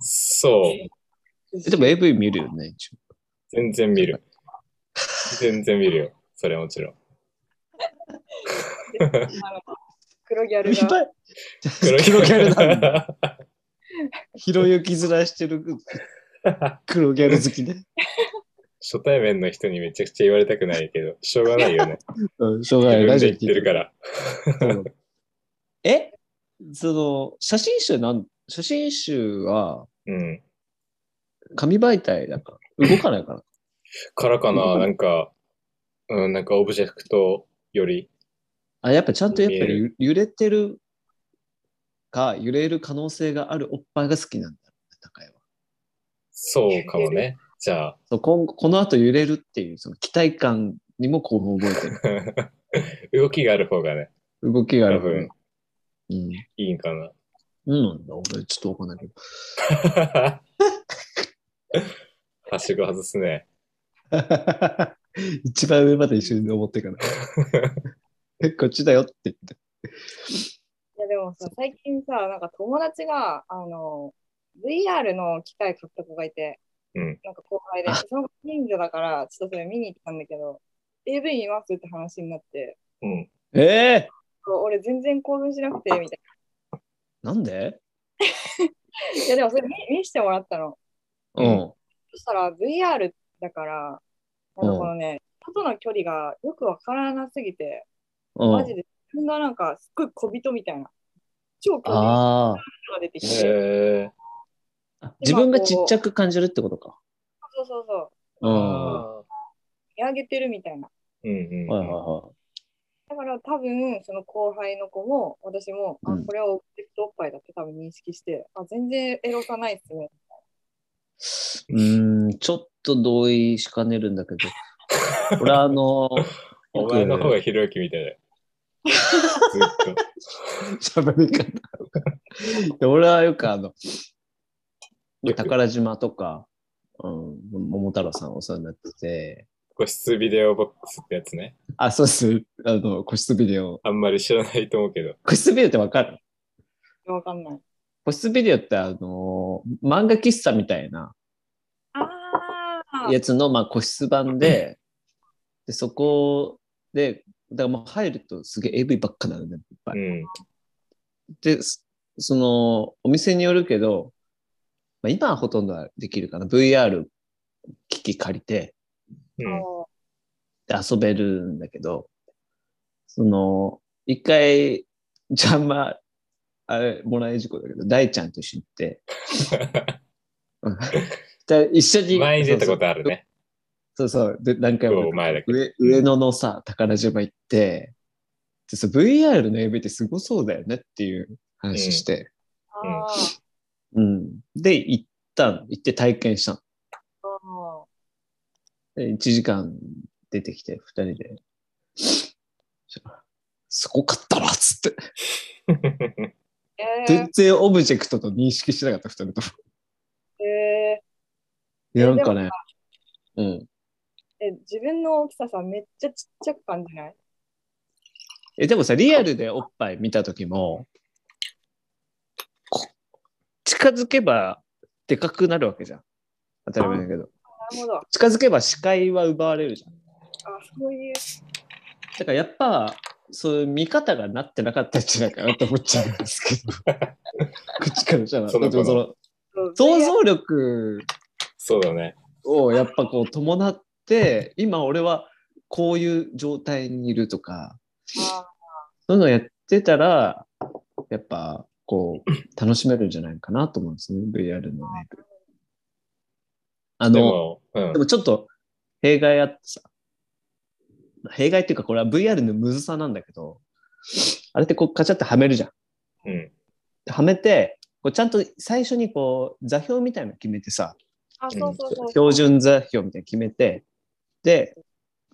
C: そう。
A: えでも AV 見るよね、一応。
C: 全然見る。全然見るよ。それはもちろん。
E: あの黒ギャル
A: いっ
E: が
A: ぱい黒ギャルなんだ。
C: だ。
A: ひろゆきずらしてる黒ギャル好きね。
C: 初対面の人にめちゃくちゃ言われたくないけど、しょうがないよね。
A: うん、 しょうが
C: 自
A: ない。
C: 分
A: ラジオ
C: で言ってるから。
A: そうえその、写真集なん、写真集は
C: うん。
A: 紙媒体だから、動かないから。
C: からかな、なんか、うん、なんかオブジェクトより。
A: あ、やっぱちゃんとやっぱ
C: 見え
A: り揺れてるか、揺れる可能性があるおっぱいが好きなんだろうね、高井は。
C: そうかもね。じゃあ、
A: そう今後この後揺れるっていう、その期待感にも興奮を覚えて
C: 動きがある方がね、
A: る。動きがある
C: うん
A: うん。
C: いいんかな。
A: うんなんだ、俺ちょっとわかんないけど。
C: はしご外すね。
A: 一番上まで一緒に登っていかない。え こっちだよって言って。
E: いやでもさ、最近さ、なんか友達が、あの、VR の機械買った子がいて、
C: うん
E: なんか後輩で、
A: あ
E: その子近所だから、ちょっとそれ見に行ったんだけど、AV 見ますって話になって、
C: うん。
A: ええ
E: そう俺全然興奮しなくて、みたい
A: なんで
E: な。いやでもそれ見見してもらったの。
A: うん。
E: そしたら VR だから、なんかこのね、人との距離がよくわからなすぎて、
A: うん。
E: マジで、そんななんかすっごい小人みたいな、超小人が
A: あ
E: 出てきて、
C: へえ。
A: あ。自分がちっちゃく感じるってことか。
E: そうそうそ
A: う
E: う、
A: ん。は
E: 見上げてるみたいな。
C: うんうん。
A: いはいは
E: だから多分、その後輩の子も、私も、あ
A: うん
E: これはオブジェクトおっぱいだって多分認識して、あ、全然エロさないっすね。
A: うーん、ちょっと同意しかねるんだけど、 俺はあの、
C: お前の方がひろゆきみたいだよ。ずっと。
A: 喋り方。で俺はよくあの、宝島とか、うん、桃太郎さんお世話になってて、
C: 個室ビデオボックスってやつね。
A: あ、そうっす。あの、個室ビデオ。
C: あんまり知らないと思うけど。
A: 個室ビデオってわかる
E: わかんない。
A: 個室ビデオってあの、漫画喫茶みたいな
E: ああ。
A: やつの、まあ、個室版で、で、そこで、だからもう入るとすげえ AV ばっかなのね、いっぱい。
C: うん。
A: で、そその、お店によるけど、まあ、今はほとんどはできるかな。VR 機器借りて、
C: うん。
A: で遊べるんだけど、その、一回、邪魔、あれ、もらい事故だけど、大ちゃんと一緒に行 って、うんで一緒に。
C: 前に出たことあるね。
A: そうそう、で何回も
C: そう前だけ
A: 上上野のさ、宝島行って、でそう VR の AV ってすごそうだよねっていう話して、
E: ああ。
A: うん。で、行ったの。行って体験したの。
E: あ
A: で1時間出てきて、2人で。すごかったなっつって。
E: あ。え
A: 全然オブジェクトと認識してなかった、2人とも。
E: ー、え
A: いや、なんかね。うん。
E: ー、え、自分の大きささ、めっちゃちっちゃく感じない
A: え、でもさ、リアルでおっぱい見た時も、こ近づけばでかくなるわけじゃん。当たり前だけど。
E: なるほど。あ、
A: 近づけば視界は奪われるじゃん。
E: そういう。
A: だからやっぱ、そういう見方がなってなかったんじゃないかなと思っちゃうんですけ ど。口からじゃない。
C: その子の
A: でもの
E: そう
A: 想像力
C: そうだね。
A: をやっぱこう伴って、今俺はこういう状態にいるとか、
E: あ
A: そういうのやってたら、やっぱこう楽しめるんじゃないかなと思うんですね。VR のね。あ
C: で
A: の、
C: も、うん
A: で。もちょっと弊害あってさ、弊害っていうかこれは VR のむずさなんだけど、あれってこうカチャってはめるじゃん。
C: うん。
A: はめて、こうちゃんと最初にこう座標みたいなの決めてさ、
E: あ、あそうそうそう。
A: 標準座標みたいなの決めて、で、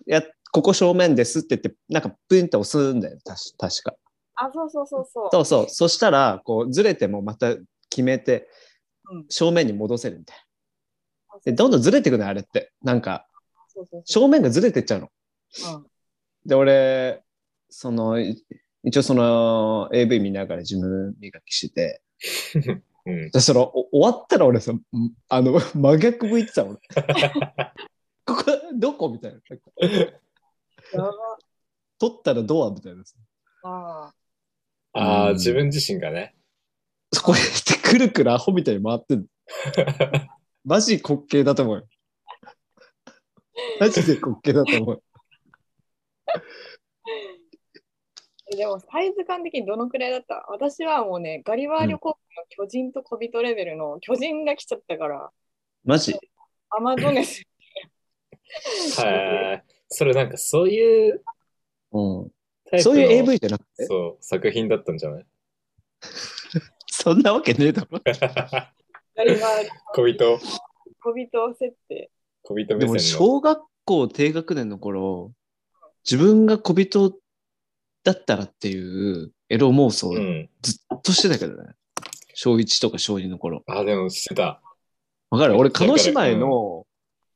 A: いや、ここ正面ですって言って、なんかプンって押すんだよ、確確か。
E: あ、そうそうそうそう。
A: そうそう。そしたら、こうずれてもまた決めて
E: うん、
A: 正面に戻せるみたい
E: あ
A: な。で、どんどんずれてくのよ、あれって。なんか、
E: そうそうそう。
A: 正面がずれてっちゃうの。で、俺、その、い一応その AV 見ながら自分磨きして
C: うん。
A: て、そのお終わったら俺さ、んあの、 真逆向いて たの俺。ここ、どこみたいな。
E: うん。やば。
A: 取ったらドアみたいなさ。
E: あ
C: ああ、
A: うん
C: 自分自身がね。
A: そこにってくるくるアホみたいに回ってんの。 マジ滑稽だと思うよ。マジで滑稽だと思う。
E: ーでもサイズ感的にどのくらいだった私はもうね、ガリバー旅行記の巨人と小人レベルの巨人が来ちゃったから、
A: マジ
E: アマゾネ ス。
C: はい。それなんかそういう
A: うん。
C: タイプ
A: そ
C: の
A: ういう AV じゃなくて
C: そう、作品だったんじゃない
A: そんなわけねえだろ。
E: ガリバー
C: 小人、
E: 小人設定。
C: 小人
A: でも
C: 目線の。
A: 小学校低学年の頃、自分が小人だったらっていうエロ妄想
C: う
A: ず
C: ん。
A: っとしてたけどね。小1とか小2の頃。
C: あ、でもしてた。
A: わかる俺、
C: わか
A: カ
C: る
A: ノ姉妹の、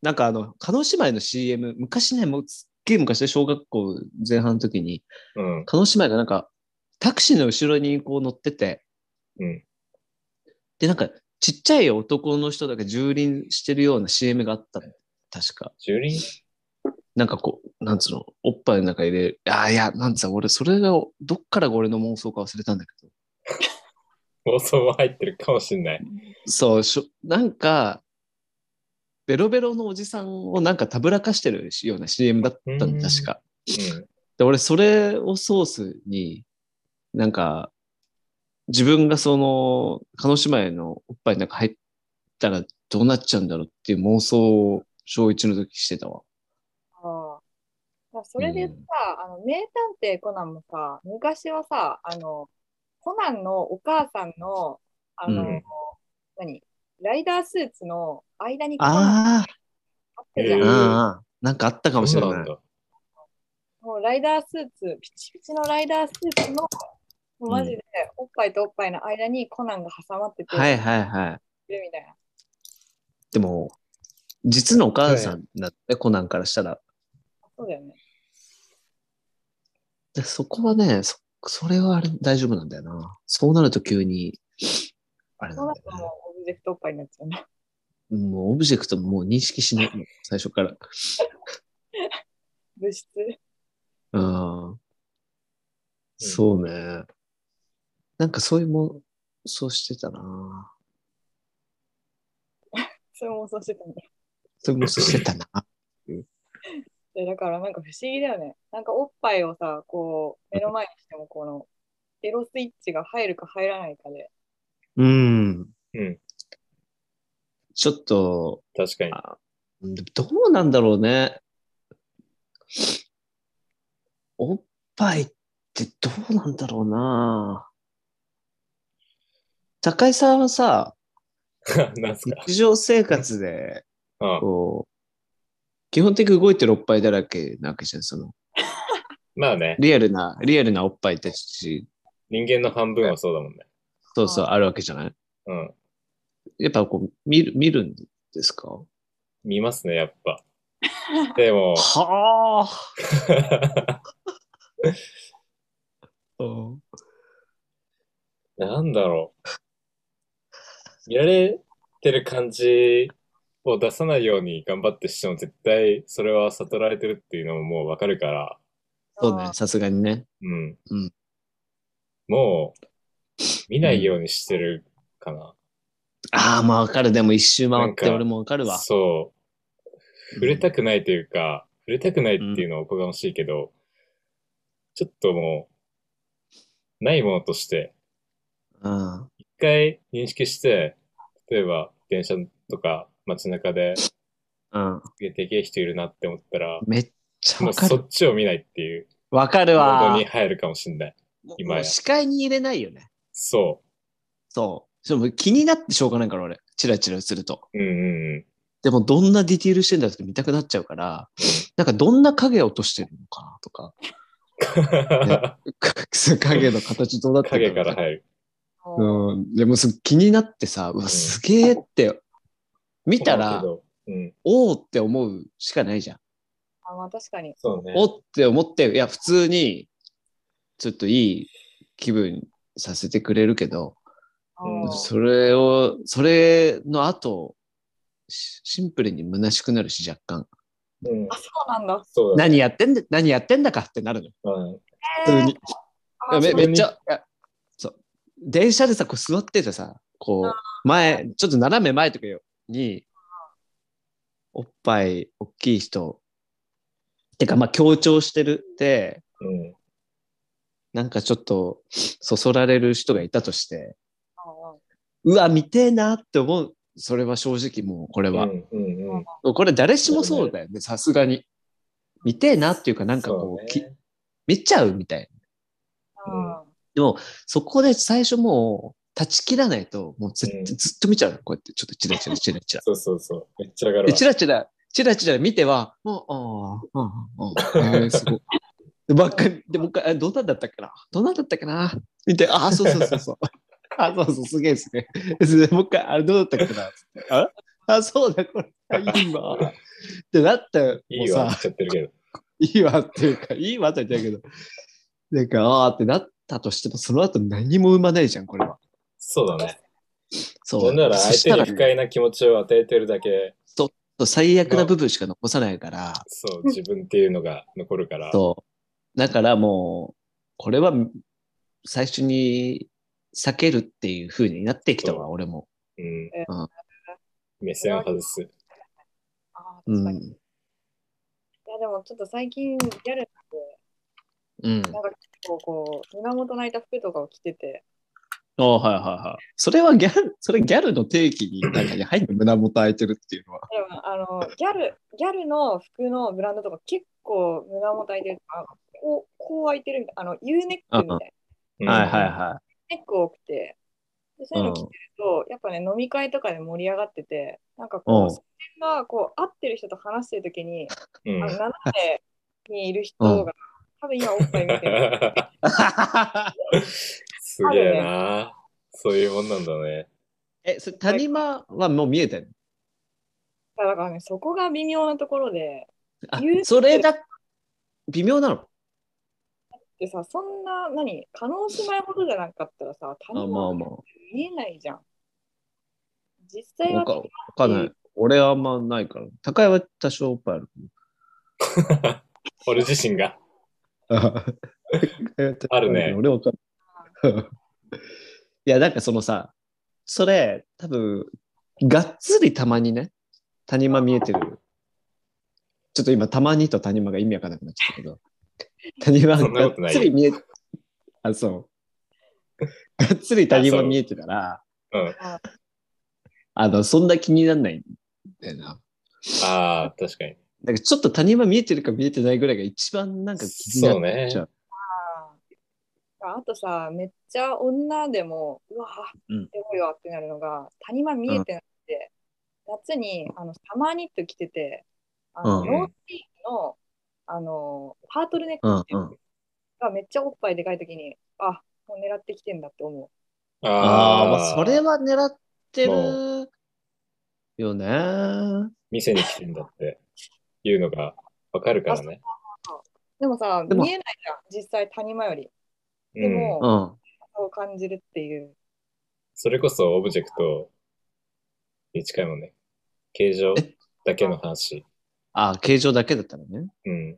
A: なんかあの、カノ姉妹の CM、昔ね、もうすっげえ昔で小学校前半の時に、
C: うん。
A: カノ姉妹がなんか、タクシーの後ろにこう乗ってて、
C: うん
A: で、なんか、ちっちゃい男の人だけ蹂躙してるような CM があったの確か。
C: ジュリン
A: なんかこう、なんつうの、おっぱいの中入れる。ああ、いや、なんつうの、俺、それが、どっからが俺の妄想か忘れたんだけど。
C: 妄想も入ってるかもしんない。
A: そう、しょなんか、ベロベロのおじさんをなんかたぶらかしてるような CM だった
C: う
A: の、
C: ん
A: 確か。
C: うん。
A: で、俺、それをソースに、なんか、自分がその、叶姉妹のおっぱいの中入ったらどうなっちゃうんだろうっていう妄想を小一の時してたわ。
E: ああ。さ、それでさ、あの、名探偵コナンもさ、昔はさ、あの、コナンのお母さんの、あの、
A: うん
E: 何ライダースーツの間にコナン
A: あ
E: あってじゃ
A: あ、
E: ん。
C: へ
A: う
C: え
A: ん
C: ー
A: うん。なんかあったかもしれ
C: そう
A: ない
C: なん。だ。
E: もうライダースーツ、ピチピチのライダースーツの、もうマジでおっぱいとおっぱいの間にコナンが挟まってて、
A: はいはいはい。
E: るみたいな。
A: でも、実のお母さんだって、コナンからしたら。
E: そうだよね。
A: でそこはね、そそれはあれ大丈夫なんだよな。そうなると急に、あれ
E: そ
A: な
E: うん
A: だ
E: なるとも
A: よ
E: うオブジェクトおっぱいになっちゃうね。
A: ね。もうオブジェクトももう認識しない、もう最初から。
E: 物質。
A: うん。そうね。なんかそういうも、そうしてたな。
E: それもそうしてたね。
A: そういうもそうしてたな。
E: でだからなんか不思議だよね。なんかおっぱいをさ、こう、目の前にしても、この、エロスイッチが入るか入らないかで、
A: うん。
C: うん。
A: ちょっと、
C: 確かに。
A: あうんでもどうなんだろうね。おっぱいってどうなんだろうな。高井さんはさ、
C: なんすか。
A: 日常生活で、
C: うん。
A: こう、基本的に動いてるおっぱいだらけなわけじゃん、その、
C: まあね、
A: リアルな、リアルなおっぱいたち、
C: 人間の半分はそうだもんね。
A: そうそう、
E: は
A: あるわけじゃない
C: うん。
A: やっぱこう、見る、見るんですか
C: 見ますね、やっぱ。でも、
A: はあ、
C: なんだろう。見られてる感じを出さないように頑張ってしても絶対それは悟られてるっていうのももうわかるから、
A: そうね、さすがにね。
C: うん。
A: うん
C: もう、見ないようにしてるかな。
A: ああ、まあわかる。でも一周回っ
C: なん
A: て
C: か
A: 俺もわかるわ。
C: そう。触れたくないというか、触れたくないっていうのはおこがましいけど、ちょっともう、ないものとして、
A: うん。
C: 一回認識して、例えば電車とか街中で、
A: うん。
C: すげえでけえ人いるなって思ったら、
A: めっちゃ
C: も
A: わ
C: う
A: か
C: そ
A: る。
C: っちを見ないっていう
A: わかる
C: モー
A: わ
C: ドに。入るかもしんない。
A: もう
C: 今や
A: もう視界に入れないよね。
C: そ
A: そう。でも気になってしょうがないから俺。チラチラすると。
C: う。うんうんうん。
A: でもどんなディティールしてんだろうって見たくなっちゃうから、なんかどんな影落としてるのかなと か、影の形どうなって
C: 影
A: る
C: か
A: の
C: ら
A: かな。
C: 入る。
A: うん。でもす気になってさ、うわ、すげえって、見たら、
C: 思うけどうん。
A: おーって思うしかないじゃん。
E: あまあ確かに。
C: そうね。
A: おって思って、いや、普通に、ちょっといい気分させてくれるけど、
C: うん
E: うん
A: それを、それの後、シシンプルに虚しくなるし、若干。
C: うん
E: あ、そうなんだ。
C: そうだね。
A: 何やってんだ、何やってんだかってなるのよ。
C: うん
A: 普通に。い
E: えー
A: や
E: あ
A: め
E: そう
A: めっちゃ、いやそう。電車でさ、こう座っててさ、こう、前、ちょっと斜め前とかよに、おっぱい大きい人、てか、まあ、強調してるって、
C: うん。
A: なんかちょっとそそられる人がいたとして、
E: うんうん
A: うわ、見てえなって思う。それは正直もうこれ
C: う
A: は。
C: んうんうん。
A: これ誰しもそうだよね、さすがに。見てえなっていうか、なんかこう
C: そ
A: き
C: ね
A: 見ちゃうみたいな。
E: あ
A: そこで最初もう断ち切らないと、もうず,、
C: うん
A: ずっと見ちゃうの。こうやってちょっとチラチラチラチラ。
C: そうそうそう。めっちゃ上がる
A: で、
C: わ。
A: チラチラ、チラチラ見ては、もう、ああ、ああ、ああえー、すごい。で、ばっかり、で、もう一回、あどんなんだったっけなどんなんだったっけな見て、ああ、そうそうそうそう。あそうそう、すげえすげえ。でもう一回、あれどうだったっけなつってああ、そうだ、これ、いいわ。ってなって、も
C: いういわ、言
A: さ
C: っ、ちゃってるけど。
A: いいわっていうか、いいわって言ったけど、なんか、ああってなったとしても、その後何も生まないじゃん、これは。
C: そうだね。
A: そう。
C: なんなら
A: そし
C: 相
A: たら
C: 手に不快な気持ちを与えてるだけ、
A: そう最悪な部分しか残さないから、
C: そう、自分っていうのが残るから。
A: そう。だからもう、これは最初に避けるっていう風になってきたわ、俺も。
C: うん
A: うん。
C: 目線を外す。
E: あ、
A: う
E: 確かに。い
A: ん。
E: や、でもちょっと最近、ギャル
A: うん。
E: なんか結構こう、胸元泣いた服とかを着てて、
A: ああはいはいはい。それはギャル、それギャルの定義に中に入って胸元開いてるっていうのは。
E: でもあのギャル、ギャルの服のブランドとか結構胸元開いてるとか、こう、こう開いてるみたいな、あの、U ネックみたいな。
C: うん
A: はいはいは
E: ネック多くて、でそういうの着てると、やっぱね、飲み会とかで盛り上がってて、なんか
A: う
E: こ
A: ん
E: う、その辺がこう、会ってる人と話してるときに、
C: う
E: あ
C: ん
E: の斜めにいる人が、多分今おっぱい見てる。
A: い。
C: すげえな。そういうもんなんだね。
A: え、それ谷間はもう見えてる
E: だからね、そこが微妙なところで、
A: あ
E: 言うて
A: それだ、微妙なの
E: でさ、そんな、何、可能姉妹ほどじゃなかったらさ、他
A: あ
E: 人
A: まあ
E: は
A: まあ。
E: 見えないじゃん。実際
A: わ
E: は
A: かわかんない。俺はあんまないから。高井は多少おっぱいある。
C: 俺自身が。あるね
A: 俺わかんない。いや、なんかそのさ、それ、多分、がっつりたまにね、谷間見えてる。ちょっと今、たまにと谷間が意味わかんなくなっちゃったけど、谷間
C: そんな
A: が
C: こ
A: っ
C: とない
A: つ
C: よ
A: り見え、あ、そう。がっつり谷間見えてたら、
C: うん
A: あの、そんな気にならないんだよな。
C: ああ、確かに。
A: なんかちょっと谷間見えてるか見えてないぐらいが一番なんか気になっ
C: そうね
A: ちゃう。
E: ああとさ、めっちゃ女でも、うわ、
A: うん
E: すごいわってなるのが、谷間見えてなくて、夏にあのサマーニット着てて、あの
A: うん
E: ノースリーブのあのハートルネッ
A: うん
E: ク着て
A: うん
E: がめっちゃおっぱいでかいときに、あもう狙ってきてんだって思
A: ああ、
C: あ
A: ま
C: あ、
A: あ、それは狙って
C: も
A: るよね。
C: 店に来てんだっていうのがわかるから
E: う。
C: ね。
E: でもさ、
A: でも
E: 見えないじゃん、実際谷間より。
C: う
E: で
C: ん
E: も、
A: うん。
E: そう感じるっていう。
C: それこそオブジェクトに近いもんね。形状だけの話。
A: ああ、形状だけだったらね。
C: うん。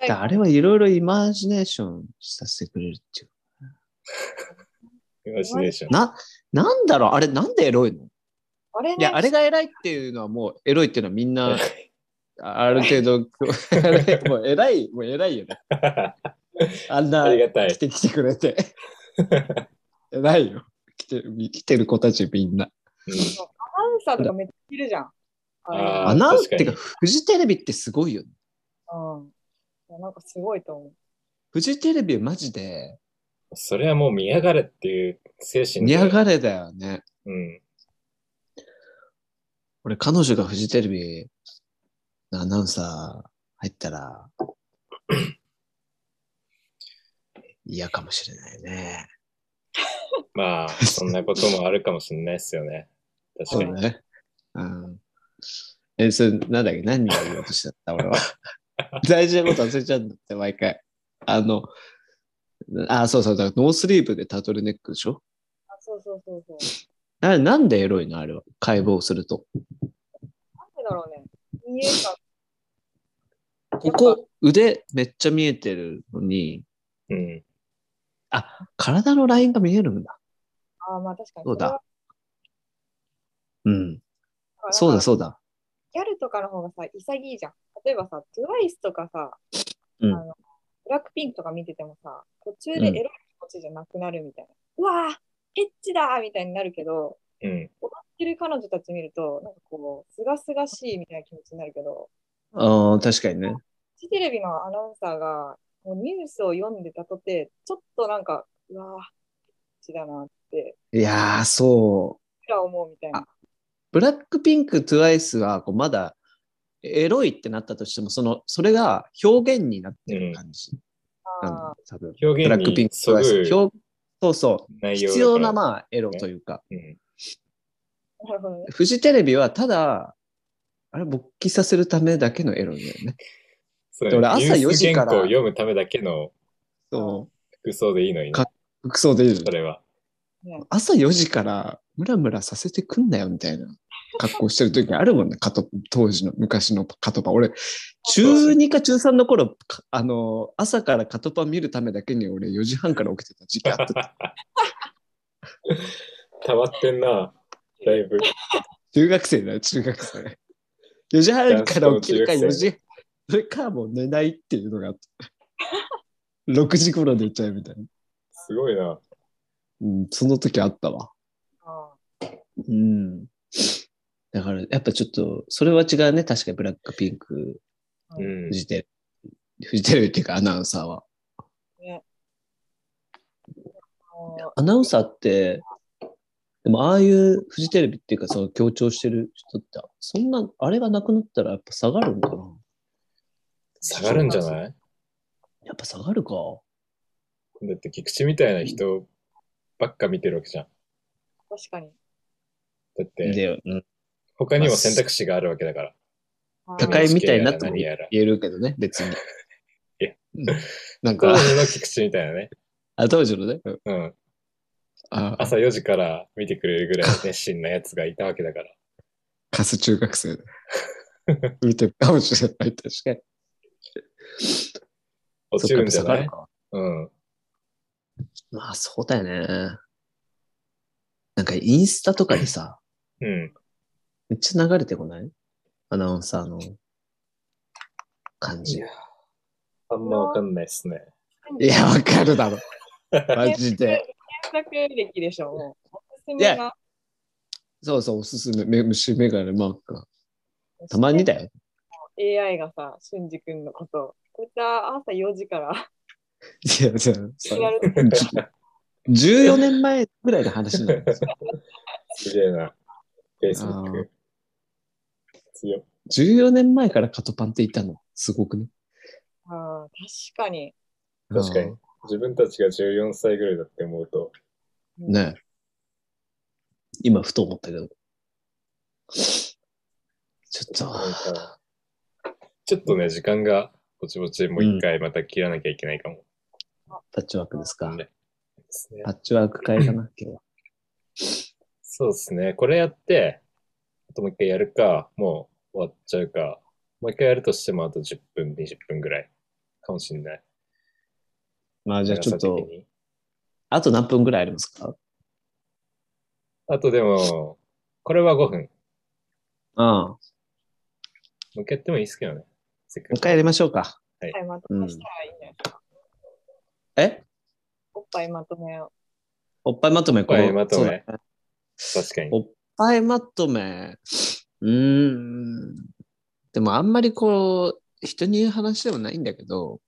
A: だからあれはいろいろイマジネーションさせてくれるっていう。
C: イマジネーション。
A: な、なんだろうあれなんでエロいの
E: あれね、
A: いや、あれが偉いっていうのはもうエロいっていうのはみん な、あある程度、もう偉い、もう偉いよね。あんな
C: ありがたい
A: 来。て来てくれて。偉いよ。来て来てる子たちみんな。
C: うん
E: アナウンサーとかめっちゃいるじゃん。あれ
C: あ
A: アナウンスっ
C: 確か
A: て
C: に
A: か、フジテレビってすごいよね。
E: うん。いやなんかすごいと思う。
A: フジテレビマジで、
C: それはもう見やがれっていう精神
A: 見
C: で
A: やがれだよね。
C: うん。
A: 俺、彼女がフジテレビのアナウンサー入ったら、嫌かもしれないね。
C: まあ、そんなこともあるかもしれないです よね。確かに。
A: ね。うん。え、それ、なんだっけ何を言おうとしてた俺は。大事なこと忘れちゃうんだって、毎回。あの、あ、そうそう、だからノースリーブでタートルネックでしょ
E: あ、そうそうそうそう。
A: あれ、なんでエロいのあれは。解剖すると。
E: なんでだろうね。見えた。
A: ここ、腕めっちゃ見えてるのに、
C: うん。
A: 体のラインが見えるんだ。
E: あーまあ確かに。
A: そうだうん。
E: れは。
A: そうだ、
E: う。
A: そうだ。
E: ギャルとかの方がさ、潔いじゃん。例えばさ、トゥワイスとかさ、
A: うん
E: あのブラックピンクとか見ててもさ、途中でエロい気持ちじゃなくなるみたいな。うわー、エッチだーみたいになるけど、
C: うん。
E: 踊ってる彼女たち見ると、なんかこう、すがすがしいみたいな気持ちになるけど、
A: ああ、確かにね。
E: フジテレビのアナウンサーが、もうニュースを読んでたとて、ちょっとなんか、うわー、エッチだなって、
A: いやー、そう。
E: 僕ら思うみたいな。
A: ブラックピンク、トゥワイスは、こう、まだ、エロいってなったとしても、その、それが表現になってる感じ。な
E: あー
A: んだ多分。
C: 表
A: ブラ
C: 現
A: ックピン
C: に
A: ク、トゥワイ
C: そ
A: ス。
C: ぐ
A: 表そうそう。
C: 内容
A: 必要な、
C: だから
A: まあ、エロというか。
C: うん
E: なるほどね。
A: フジテレビは、ただ、あれ、勃起させるためだけのエロだよね。
C: そう
A: で俺朝
C: ニュー
A: 4
C: ス
A: 時から
C: 原稿を読むためだけの
A: そ
C: 服装でいいのにね
A: かう。服装でいいの
C: それは。
A: 朝4時からムラムラさせてくんなよみたいな格好してる時あるもんね、かと当時の昔のカトパン。俺、中2か中3の頃、かあの、朝からカトパン見るためだけに俺4時半から起きてた時期あった。
C: 溜まってんな、だいぶ。
A: 中学生だよ、中学生。4時半から起きるか4時、それかもう寝ないっていうのがあった。6時頃寝ちゃうみたいな。
C: すごいな。
A: うん、その時あったわ。
E: あ
A: うん。だから、やっぱちょっと、それは違うね。確かにブラックピンク、
E: あ
C: うん
A: フ。ジテレビ、フジテレビっていうかアナウンサーは。
E: あ
A: アナウンサーって、でもああいうフジテレビっていうか、その強調してる人って、そんな、あれがなくなったらやっぱ下がるんかな。
C: 下がるんじゃない
A: やっぱ下がるか。
C: だって菊池みたいな人ばっか見てるわけじゃん。
E: 確かに。
C: だって、
A: で、うん、
C: 他にも選択肢があるわけだから。
E: はい
A: 高いみたいになっても
C: 何
A: 言
C: やら
A: えるけどね、別 に。
C: や
A: うんなん
C: 当
A: か、
C: 時の菊池みたいなね。
A: あ当時のね、うん
C: うん。
A: あ
C: 朝4時から見てくれる ぐらい熱心なやつがいたわけだから。
A: カス中学生で。見てるかもしれない、確かに。
C: 落ちるんじゃな
A: そっ
C: い
A: か
C: うん。
A: まあ、そうだよね。なんか、インスタとかにさ、
C: うん。
A: めっちゃ流れてこないアナウンサーの感じ。い
C: やあんまわかんないっすね。
A: や、わかる だろ。マジで。
E: 検索歴でしょ。もうおすす
A: い
E: め
A: や
E: が。
A: そうそう、おすすめ。め虫眼鏡マークが。たまにだよ。
E: AI がさ、俊二君のこと、こいつは朝4時から
A: いや、じゃあ
E: 調
A: それ
E: べて
A: 14年前ぐらいの話なんですよ。
C: すげえな。Facebook。強い。
A: 14年前からカトパンっていたの。すごくね。
E: あー確かに。
C: 確かに。自分たちが14歳ぐらいだって思うと、
A: うん。ねえ今、ふと思ったけど。ちょ
C: なん
A: っ
C: か、ちょっとね、時間がぼちぼちもう一回また切らなきゃいけないかも。
A: と、パッチワークですか。
C: ですね
A: パッチワーク会かな、今日は。
C: そうですね。これやって、あともう一回やるか、もう終わっちゃうか、もう一回やるとしてもあと10分、20分ぐらいかもしれない。
A: まあ、じゃあちょっ
C: 長さ
A: と
C: 的、に
A: あと何分ぐらいありますか
C: あとでも、これは5分。
A: うん。も
C: もう一回やってもいいっすけどね。せっか
A: う一回やりましょうか。
E: はい、まとめしたらいいんじゃないですか。
A: え
E: おっぱいまとめを。
A: おっぱいまとめ、こ
C: おっ
A: れ。
C: ぱいまと
A: そ
C: め
A: うだね
C: 確かに。
A: おっぱいまとめ。うーん。でもあんまりこう、人に言う話でもないんだけど、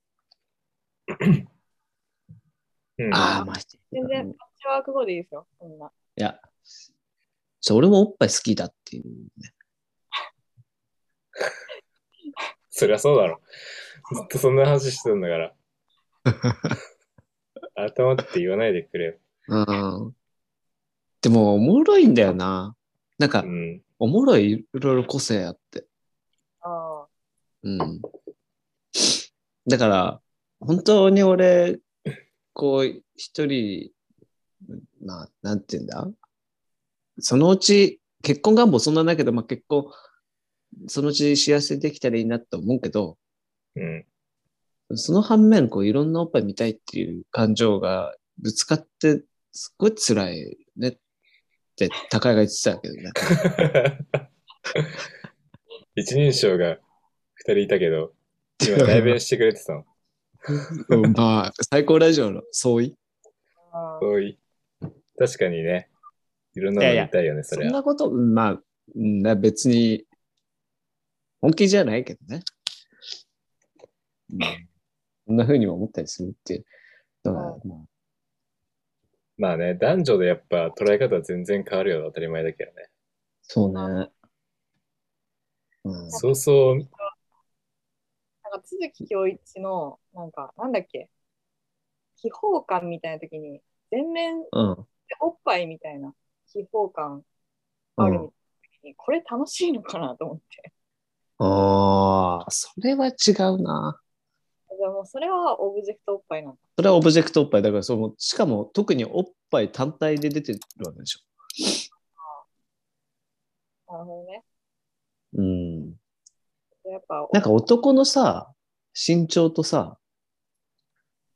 C: うん、
A: ああ、まあ、
E: 全然
A: い
E: パッチワーク後でいいですよ。そんな。
A: や、ちょ俺もおっぱい好きだっていう。
C: そりゃそうだろ。ずっとそんな話してたん だから。頭って言わないでくれよ。
A: うん。でも、おもろいんだよな。なんか
C: う、ん。
A: おもろい、いろいろ個性あって。
E: あ
A: うん。だから、本当に俺、こう、一人、まあ、なんて言うんだそのうち、結婚願望そんなないけど、まあ結婚、そのうち幸せにできたらいいなと思うけど、
C: うん。
A: その反面、こう、いろんなおっぱい見たいっていう感情がぶつかって、すっごい辛いよねって、高井が言ってたけどね。
C: 一人称が二人いたけど、今代弁してくれてたの。
A: うんまあ、最高ラジオの相違
E: あ。ああ。
C: 遠い。確かにね。いろんなの見たいよね、そ
A: そ
C: れ
A: ん
C: は。
A: なこと、うんまあ、うんな別に、本気じゃないけどね。うんそんな風にも思ったりするっていうのが、まあ
C: まあね、男女でやっぱ捉え方は全然変わるよ、当たり前だけどね。
A: そうね。うん、
C: そうそう、
E: なんか、鈴木恭一の、なんか、なんだっけ、秘宝館みたいな時に、全
A: う
E: 面
A: ん、
E: おっぱいみたいな秘宝感
A: う
E: あるみたい
A: ん。
E: に、これ楽しいのかなと思って。
A: ああ、それは違うな。
E: じゃあもうそれはオブジェクトおっぱいなんだ。
A: それはオブジェクトおっぱい。だからその、しかも特におっぱい単体で出てるわけでしょ。
E: なるほどね。
A: うん。
E: やっぱ、
A: なんか男のさ、身長とさ、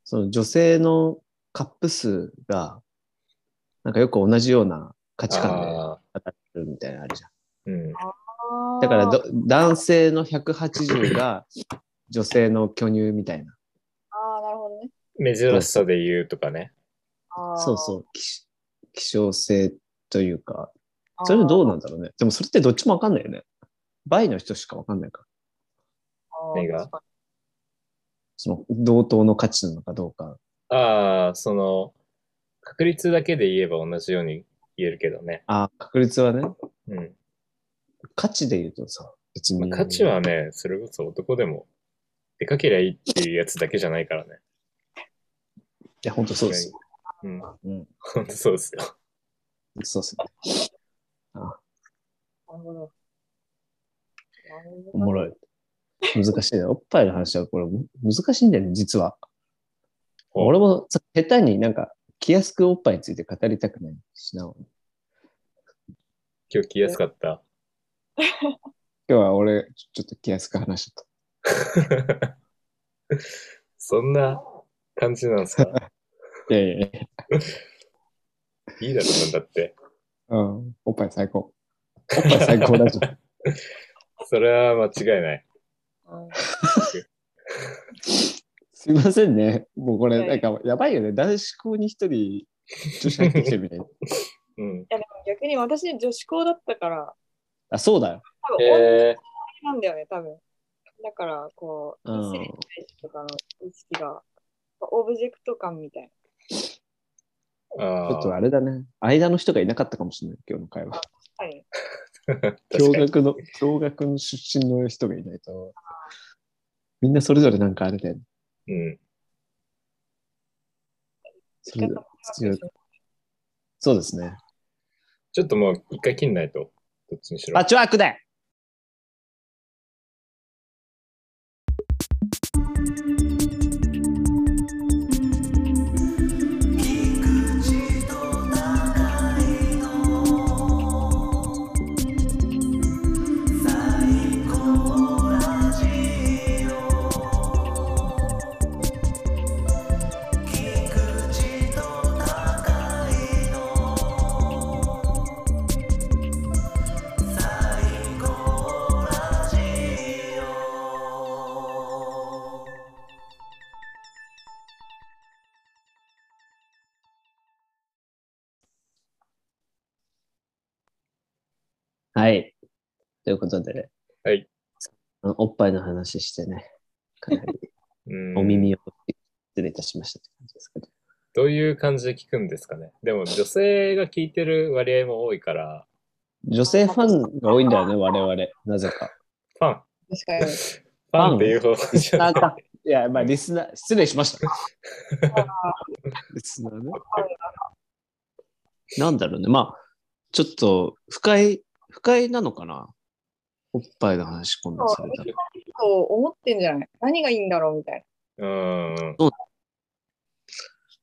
A: その女性のカップ数が、なんかよく同じような価値観で
C: あ
A: 当たるみたいなのあるじゃん。
C: ーうん。
E: あー
A: だからど、男性の180が女性の巨乳みたいな。
E: あー、なるほどね。。
C: 珍しさで言うとかね。
A: そうそうう、希希少性というか、それどうなんだろうね。でもそれってどっちもわかんないよね。倍の人しかわかんないから。
E: あー
C: 何が
E: 確か
A: その同等の価値なのかどうか。
C: ああ、その、確率だけで言えば同じように言えるけどね。
A: ああ、確率はね、
C: うん。
A: 価値で言うとさ、別に。
C: まあ価値はね、それこそ男でも、でかけりゃいいっていうやつだけじゃないからね。
A: いや、本当そうですよ。
C: うん。
A: うん、
C: 本当そうですよ。
A: そうですね。
E: になるほど。
A: おもろい。難しいね。おっぱいの話はこれむ難しいんだよね、実は。
C: お
A: 俺もさ下手になんか、気安くおっぱいについて語りたくないしな。
C: 今日来やすかった。
A: 今日は俺、ちょちょっと気安く話しちゃっ
C: そんな感じなんですか
A: た。いやいやいや、
C: いいだろ、なんだって。
A: うん、おっぱい最高。おっぱい最高だじゃん。
C: それは間違いない。
E: うん
A: すいませんね。もうこれ、
E: はい
A: なんか、やばいよね。男子校に一人、女子入ってきてるみたいな。
C: うん。
E: いやでも逆に私女子校だったから、
A: あ、そうだよ。
E: 多分女
C: え
E: なんだよね、多分。だから、こ
A: う
E: う、異
A: ん
E: 性に対してとかの意識が、オブジェクト感みたい
C: ー、あ
A: ち
C: あ。
A: ょっとあれだね。間の人がいなかったかもしれない、今日の会話。
E: な。はい。
A: 共
C: 確かに。
A: 学の、共学の出身の人がいないと、みんなそれぞれなんかあれだよね。
C: うん。
A: それぞれ必要そうですね。
C: ちょっともう一回切んないと、どっちにしろ。
A: パッチワークだはい。ということで、
C: はい。
A: おっぱいの話して ね、かなり
C: うん
A: お耳を失礼いたしましたって感じですけど。
C: どういう感じで聞くんですかね。でも女性が聞いてる割合も多いから、
A: 女性ファンが多いんだよね、我々。なぜか。
C: ファン、フ
E: 確かに。
C: ァンっていう方
A: リ
C: じ
A: ス
C: ゃな
A: ナ
C: い
A: ー。か。いや、まあ、リスナー、失礼しました。リスナーね。なんだろうね。まあ、ちょっと、不快、不快なのかなおっぱいの話、今度されたら。
E: そう思ってんじゃない何がいいんだろうみたい
C: うんうん。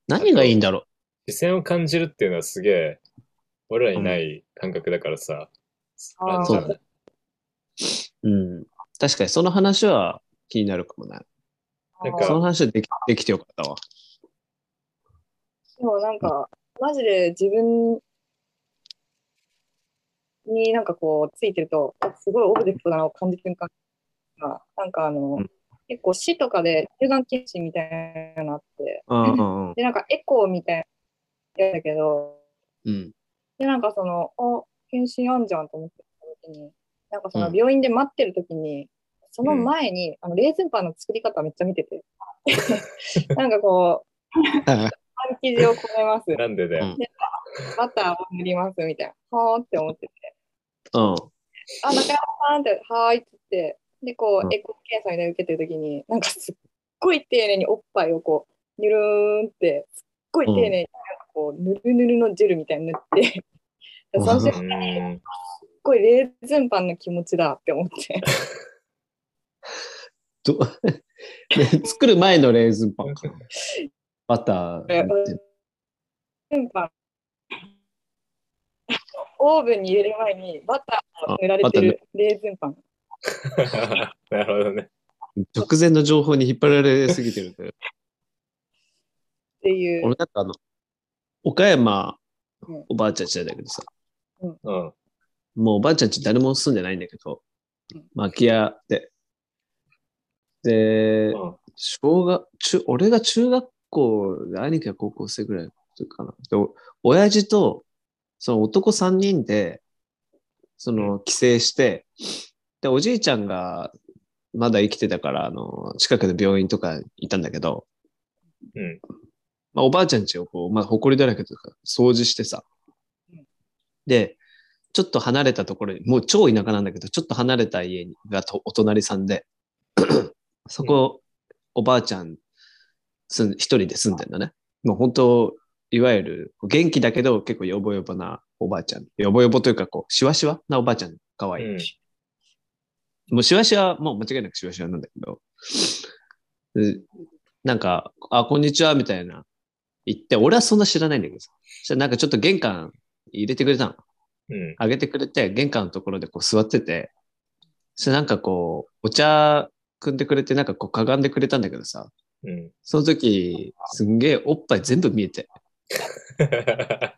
A: 何がいいんだろ
C: 視線を感じるっていうのはすげえ、俺らにない感覚だからさ。
E: あー
C: ランダム
A: そうう。うん。確かに、その話は気になるかもね。
E: な。
C: なん
E: あ
C: か
E: ー
A: その話はできできてよかったわ。
E: でもなんか、マジで自分になんかこう、ついてると、あすごいオブジェクトだなを感じる瞬間が、なんかあの、
A: うん
E: 結構市とかで乳がん検診みたいなのあって、
A: うんうんうん。
E: で、なんかエコーみたいなやつだけど、
A: うん。
E: で、なんかその、あ、検診あんじゃんと思ってた時に、なんかその
A: うん
E: 病院で待ってる時に、その
C: うん
E: 前に、あのレーズンパンの作り方めっちゃ見て て、なんかこう、パン生地をこねます、
C: なんでだよ。
E: バターを塗りますみたいな、はーって思ってて、
A: うん。
E: あ、中山さんって、はーいって言って、で、こ
A: うん
E: う、エコー検査みたいなの受けてる時に、なんかすっごい丁寧におっぱいをこう、ぬるーんって、すっごい丁寧に、なんかこう、ぬるぬるのジェルみたいに塗って、
A: うん
E: その瞬間
C: うーん。
E: すっごいレーズンパンの気持ちだって 思って。
A: どね作る前のレーズンパンかな。バター塗って。
E: レーズンパン。オーブンに入れる前にバターを塗られてるレーズンパン。
C: なるほどね。
A: 直前の情報に引っ張られすぎてるんだよ。
E: っていう。
A: 俺なんかあの、岡山
E: うん、
A: おばあちゃんちなんだけどさ、
C: うん。
A: もうおばあちゃんち誰も住んでないんだけど
E: うん、
A: まあ空き家で。で
C: う、ん
A: 小学、中、俺が中学校で兄貴が高校生ぐらい時かな。で、お親父と、その男3人で、その、帰省して、で、おじいちゃんが、まだ生きてたから、あの、近くの病院とかいたんだけど、
C: うん。
A: まあ、おばあちゃんちをこう、まあ、埃だらけとか掃除してさ
E: うん。
A: で、ちょっと離れたところに、もう超田舎なんだけど、ちょっと離れた家がとお隣さんで、そこ、おばあちゃん住ん、一人で住んでんだね。もう本当、いわゆる元気だけど結構ヨボヨボなおばあちゃん。ヨボヨボというか、こう、シワシワなおばあちゃん。かわいい。
C: うん
A: もうシワシワ、もう間違いなくシワシワなんだけど、でなんか、あ、こんにちは、みたいな言って、俺はそんな知らないんだけどさ。そしたらなんかちょっと玄関入れてくれたの。
C: うん。
A: あげてくれて、玄関のところでこう座ってて、そしたらなんかこう、お茶汲んでくれて、なんかこうかがんでくれたんだけどさ、
C: うん。
A: その時、すんげえおっぱい全部見えて、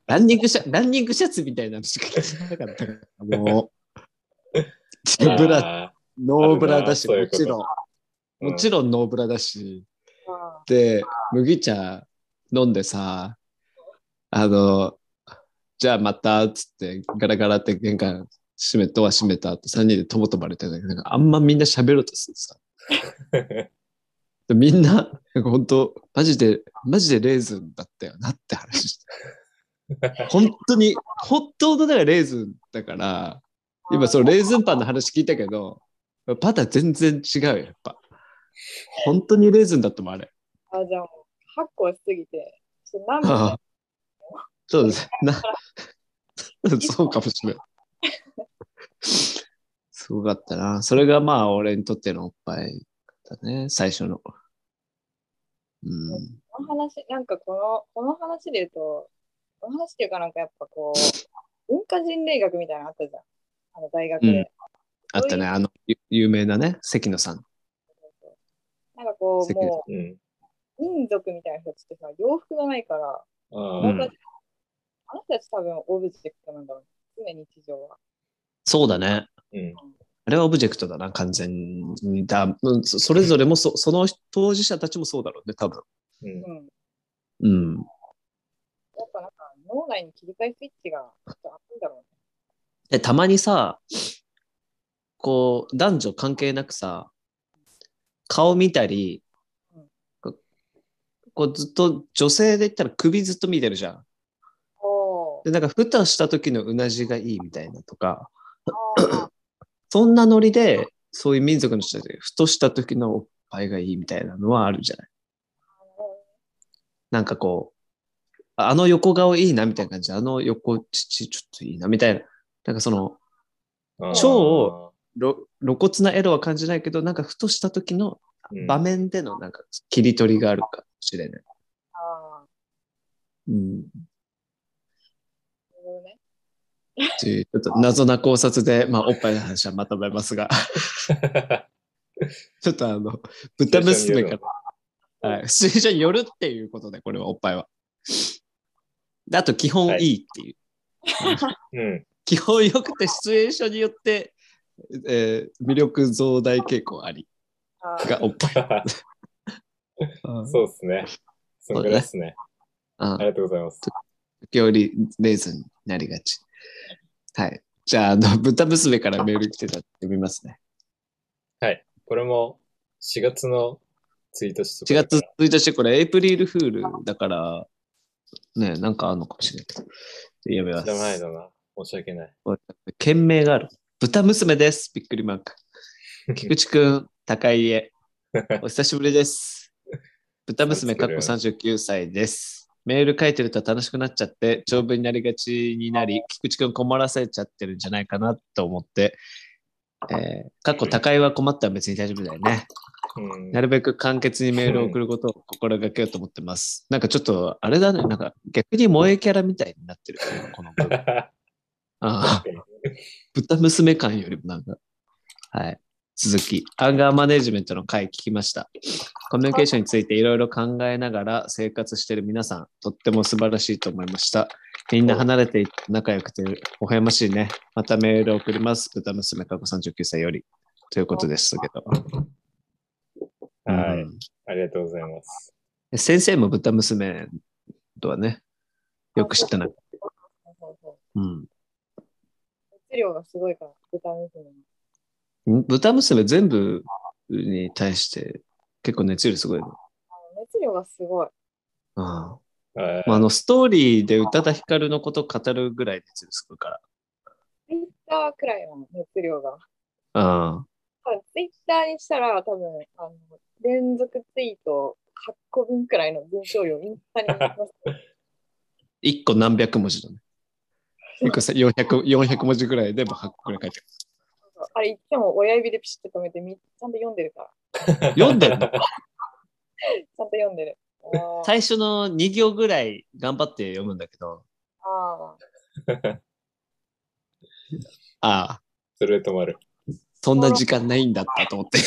A: ランニングシャランニングシャツみたいなのしか着てなかったから、もう、 ブラ
C: あ
A: ノーブラだし、
C: あるな
A: もちろん、
C: うん
A: もちろんノーブラだし、
E: あ
A: で、麦茶飲んでさ、あの、じゃあまた、つって、ガラガラって玄関閉め、ドア閉めたって3人でともとまれてたけど、なんかあんまみんな喋ろうとするさ。
C: ー
A: でみんな、なんか本当マジで、マジでレーズンだったよなって話 して。本当に、本当のだからレーズンだから、
E: ー
A: 今そのレーズンパンの話聞いたけど、パター全然違うよ、やっぱ。本当にレーズンだったもん、あれ。
E: あ、じゃあもう、8個過ぎて、ちょっと何
A: あ
E: 個
A: あそうですね。なそうかもしれない。すごかったな。それがまあ、俺にとってのおっぱいだね、最初の。うん。
E: この話、なんかこの、この話で言うと、この話っていうかなんかやっぱこう、文化人類学みたいなのあったじゃん。あの大学で。
A: うんあったね、あの、ゆ有名なね、関野さん。
E: なんかこう、
A: 素敵です
E: も
C: うん。
E: う、民族みたいな人たちってさ、洋服がないから、
C: あ
A: う
C: あ
A: ん。
E: なんかあの人たち多分オブジェクトなんだろう、ね。常に日常は。
A: そうだね。
C: うん。
A: あれはオブジェクトだな、完全に。だうんそそれぞれもそ、その当事者たちもそうだろうね、多分。
C: うん
E: うん。
A: うん。
E: やっぱなんか脳内に切り替えスイッチがちょっとあるんだろうね。
A: で、たまにさ、こう、男女関係なくさ、顔見たり
E: うん、
A: ここうずっと女性で言ったら首ずっと見てるじゃん。
E: おー
A: で、なんか、ふたした時のうなじがいいみたいなとか、
E: あー
A: そんなノリで、そういう民族の人たちで、ふとした時のおっぱいがいいみたいなのはあるじゃない。なんかこう、ああの横顔いいなみたいな感じ、あの横乳ちょっといいなみたいな。なんかその、
C: あー
A: 超、ろ露骨なエロは感じないけど、なんかふとした時の
C: うん
A: 場面でのなんか切り取りがあるかもしれない。
E: あ
A: うん、
E: ー、なるほどね。
A: というちょっと謎な考察で、まあ、おっぱいの話はまとめますが、 ちょっとあの、豚娘から、はい、シチュエーションによるっていうことで、これはおっぱいは。であと、基本いいっていう。
C: うん。
A: 基本よくて、シチュエーションによって、えー魅力増大傾向あり
E: あー
A: がおっぱい。
C: そうですね。そんぐらいですね。
A: うん
C: ありがとうございます。
A: 時折レーズンになりがち。はい。じゃあ、あの、 豚娘からメール来てたって読みますね。
C: これも4月のツイートしと
A: 4
C: こうか
A: 月1
C: な
A: 日、これ、エイプリルフールだから、ね、なんかあるのかもしれないけど。読みま
C: 知らない
A: す。
C: だな。申し訳ない。
A: 件名がある。豚娘です。びっくりマーク。菊池くん、高い家。お久しぶりです。豚娘、かっこ39歳です。メール書いてると楽しくなっちゃって、長文になりがちになり、菊池くん困らせちゃってるんじゃないかなと思って、えー、かっこ高いは困ったら別に大丈夫だよね。
C: うん
A: な るべく簡潔にメールを送ることを心がけようと思ってます。なんかちょっと、あれだね、なんか逆に萌えキャラみたいになってる、この 文ああ
C: 確か
A: 豚娘感よりもなんか。はい。続き、アンガーマネジメントの回聞きました。コミュニケーションについていろいろ考えながら生活している皆さん、とっても素晴らしいと思いました。みんな離れていって仲良くて、おやましいね。またメール送ります。豚娘過去39歳より。ということですけど。
C: はい
A: うん
C: ありがとうございます。
A: 先生も豚娘とはね、よく知ってない。
E: そうそうそう
A: うん。
E: 熱量がすごいから、豚娘の。
A: 豚娘全部に対して結構熱量すごいの。
E: あの熱量がすごい。
A: あ
C: え
A: あまあ、あのストーリーで宇多田ヒカルのこと語るぐらい熱量すごいから。
E: ツイッターくらいの熱量が。
A: あ
E: 多分ツイッターにしたら、多分あの連続ツイート8個分くらいの文章量、インスタに載せて
A: 1個何百文字だね。結構さ400、400文字ぐらいでも8個ぐらい書いて
E: あれ、いつも親指でピシッと止めてみ、ちゃんと読んでるか
A: あ
E: ら。
A: る。読んで るの
E: ちゃんと読んでる。あー
A: 最初の2行ぐらい頑張って読むんだけど、
E: あー。
A: ああ、
C: それで止まる。
A: そんな時間ないんだったと思って。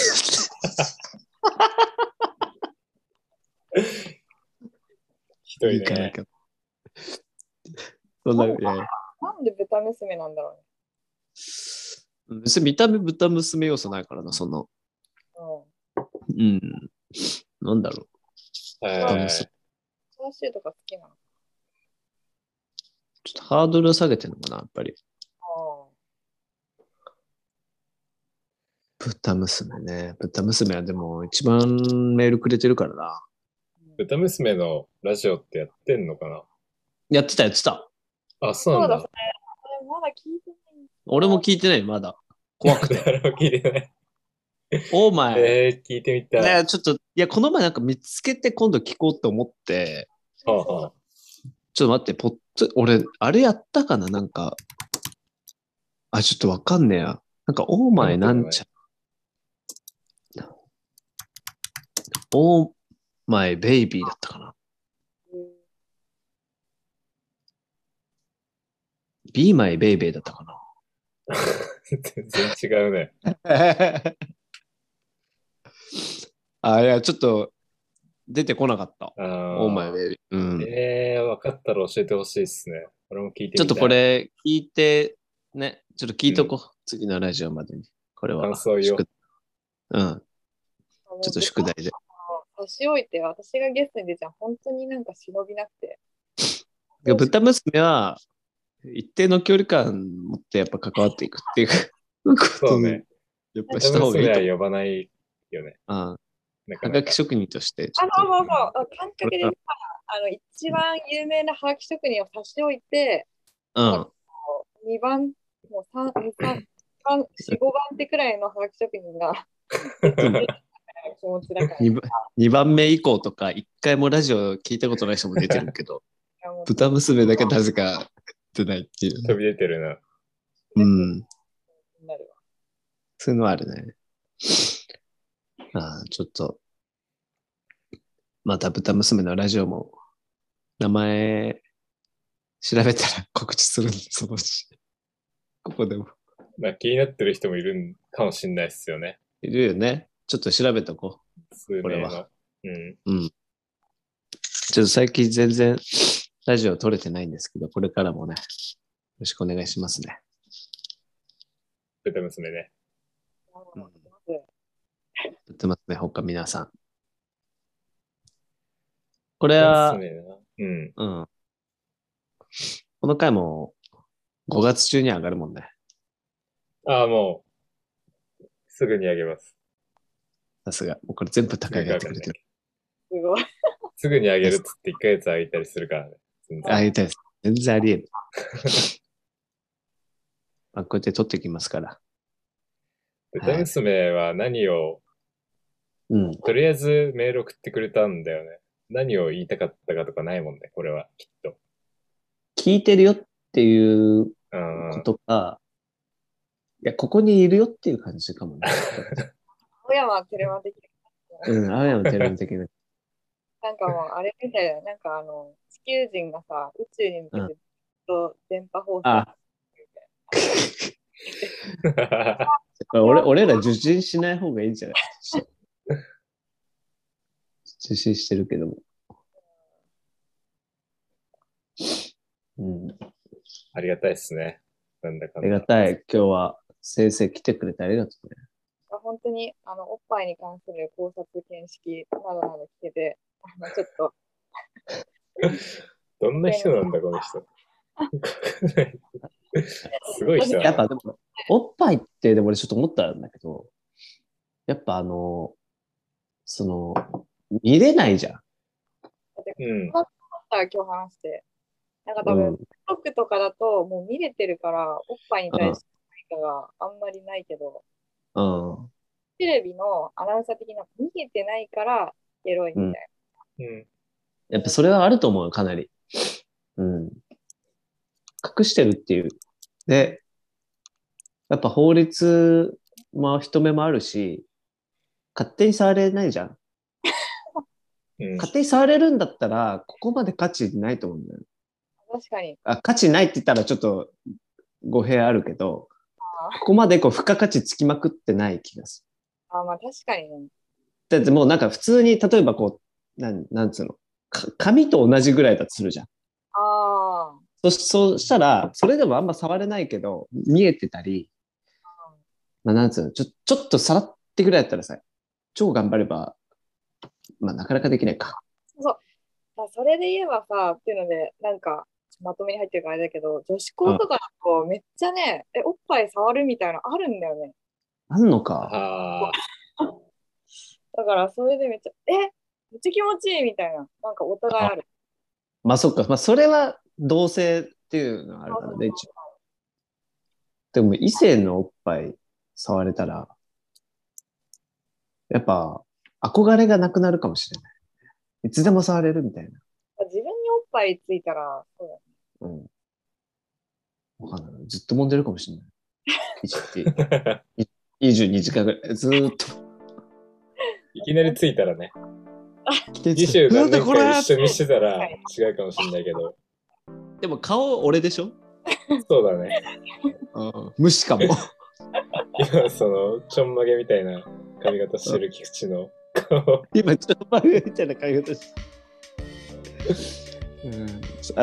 C: ひど
A: い
C: い
A: いかな
C: ね。
A: きゃ。そんな、ええ
E: なんで豚娘なんだろ
A: 別に見た目豚娘要素ないからな、その。
E: うね。
A: う
E: うん。
A: ん。なんだろう。
C: え
A: 豚
C: ー
A: 娘
E: チャーシューとか好きなの。
A: ちょっとハードルを下げてるのかな、やっぱり。
E: あ
A: 豚娘ね。豚娘はでも一番メールくれてるからな。
E: ー
C: 豚娘のラジオってやってんのか
A: やってた、やってた。
C: なあ、そう
E: そ
C: な
E: うんだ、そ
C: だ
E: れ。。それまだ聞いてない。
A: 俺も聞いてない、まだ。怖くて。
C: 誰も聞いてない。
A: お前。
C: えー、聞いてみたい。
A: ね、ちょっと、いや、この前なんか見つけて今度聞こうと思って、
C: はあはあ
A: ちょっと待って、ポッツ、俺、あれやったかななんか。あ、ちょっとわかんねえや。なんか、オーマイなんちゃら。オーマイベイビーだったかな。ビーマイベイベーだったかな。
C: 全然違うね。
A: あ、いや、ちょっと出てこなかった。
C: お
A: オーマイベイビー。うん。
C: えー、分かったら教えてほしいですね。俺も聞いてみ
A: ちょ
C: た
A: っと
C: い
A: これ聞いて、ね、ちょっと聞いとこう。次のラジオまでに。これは。
C: 感想よ
A: 宿うん。
E: あの
A: ちょっと宿題。で。
E: 差し置いて、私がゲストに出ちゃう、本当になんか忍びなくて。
A: いや豚娘は、一定の距離感持ってやっぱ関わっていくっていうこと
C: そう
A: ね
C: ね。。
A: やっぱし
C: 下
A: た方
C: の
A: がいいと
C: 娘
A: 思う。
C: は呼ばないよね。
A: うん。
C: なか
A: は
C: な
A: が
C: か
A: き。職人として。
E: あ、そうそうそう。あ感覚で言ったらあの、一番有名なはがき職人を差し置いて、
A: うん。
E: 2番、もう3、2、3、4、5番手くらいのはがき職人が、気持ちだから。い
A: 2番二番目以降とか、一回もラジオ聞いたことない人も出てるけど、
E: やもう
A: 豚娘だけなぜか出ないっていう
C: 飛
A: ね。
C: び出てるな。
A: うん。
E: 気になるわ
A: そういうのはあるね。ああ、ちょっと。また豚娘のラジオも、名前、調べたら告知するんで、そのうち。ここでも。
C: まあ、気になってる人もいるんかもしれないですよね。
A: いるよね。ちょっと調べとこう。
C: 数名の
A: これは
C: うん。
A: ちょっと最近全然ラジオ撮れてないんですけど、これからもね、よろしくお願いしますね。
C: 豚娘ね。
A: うん
E: まず
A: 撮ってますね、他皆さん。これ
C: 豚
A: は、
C: 娘な。うん。
A: うん。この回も5月中に上がるもんね。
C: ああ、もう、すぐにあげます。
A: さすが。もうこれ全部高いがってくれてる。
E: すごい。
C: すぐにあげるっつって1ヶ月あげたりするからね。全然
A: あ、言いたいです。全然ありえる。まあ、こうやって撮ってきますから。
C: 豚娘は何を、
A: うん。
C: とりあえずメール送ってくれたんだよね。何を言いたかったかとかないもんね、これは、きっと。
A: 聞いてるよっていう
C: うんう
A: こ
C: ん。
A: とか、いや、ここにいるよっていう感じかもね。
E: 青山テレマ的
A: うん、青山テレビ的な。
E: なんかもう、あれみたいな、なんかあの、地球人がさ、宇宙に向けてずっと電波放送。
A: あ、 俺俺ら受信しない方がいいんじゃない 受信してるけども。うん、
C: ありがたいっすね。なんだか
A: あ
C: ん
A: り
C: だ。
A: がたい。今日は先生来てくれてありがとうね。
E: 本当に、あの、おっぱいに関する考察見識などなど聞けて、あの、ちょっと、
C: どんな人なんだ、この人。すごい人だな
A: やっぱでも、おっぱいってでも俺ちょっと思ったんだけど、やっぱあの、その、見れないじゃん。
C: うん。
E: った今日話して。なんか
A: う
E: 多分、
A: ん
E: TikTok とかだともう見れてるから、おっぱいに対して何かがあんまりないけど、
A: うん。
E: テレビのアナウンサー的な見えてないからエロいみたいな。
C: うん。
A: やっぱそれはあると思うよ、かなり。うん。隠してるっていう。で、やっぱ法律も人目もあるし、勝手に触れないじゃん。
C: うん。
A: 勝手に触れるんだったら、ここまで価値ないと思うんだよ。
E: 確かに。
A: あ、価値ないって言ったらちょっと語弊あるけど、ここまでこう付加価値つきまくってない気がする。
E: あまあ確かにね。
A: だってもうなんか普通に、例えばこう、なん、なんつうの、か紙と同じぐらいだとするじゃん。
E: あ
A: そ
E: あ、
A: そうしたら、それでもあんま触れないけど、見えてたり、まあ、なんつうの、ちょ、ちょっとさらってぐらいだったらさ、超頑張れば、まあ、なかなかできないか。
E: まあ、それで言えばさ、っていうので、なんか、まとめに入ってるからあれだけど、女子校とかだとめっちゃね、え、おっぱい触るみたいなのあるんだよね。
A: あんのか。
C: ああ。
E: だからそれでめっちゃ、え、めっちゃ気持ちいいみたいな。なんかお互いある。
A: まあ、そっか。まあ、それは同性っていうのはあるからね、一応。でも、異性のおっぱい触れたら、やっぱ、憧れがなくなるかもしれない。いつでも触れるみたいな。
E: 自分におっぱいついたら、そうだね
A: うん。わかんない。ずっと揉んでるかもしれ ない。22時間ぐらい。ずーっと。
C: いきなりついたらね、
A: 来て
C: 二週何年か一緒にしてたら違うかもしれないけど、
A: でも顔俺でしょ、
C: そうだね。
A: うん、虫 かも。
C: 今、その、ちょんまげみたいな髪型してる菊池の顔。
A: 今、ちょっと前みたいな髪型して。う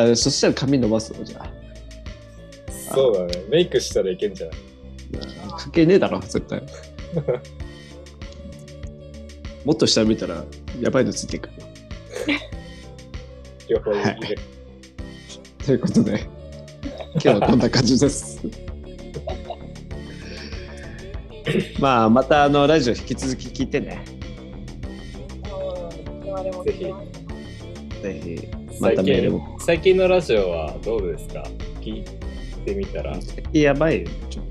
A: ん、あそしたら髪伸ばすのじゃあ
C: そうだね。メイクしたらいけんじゃない
A: 関係ねえだろ絶対もっと下見たらやばいのついてくる
C: 両方いける。
A: ということで今日はこんな感じです まあまたあのラジオ引き続き聞いてね
E: うん、我々も聞きます。
A: ぜひま
C: 最
A: たメール
C: 近
A: も、
C: 最近のラジオはどうですか聞いてみたら。
A: やばいよちょっ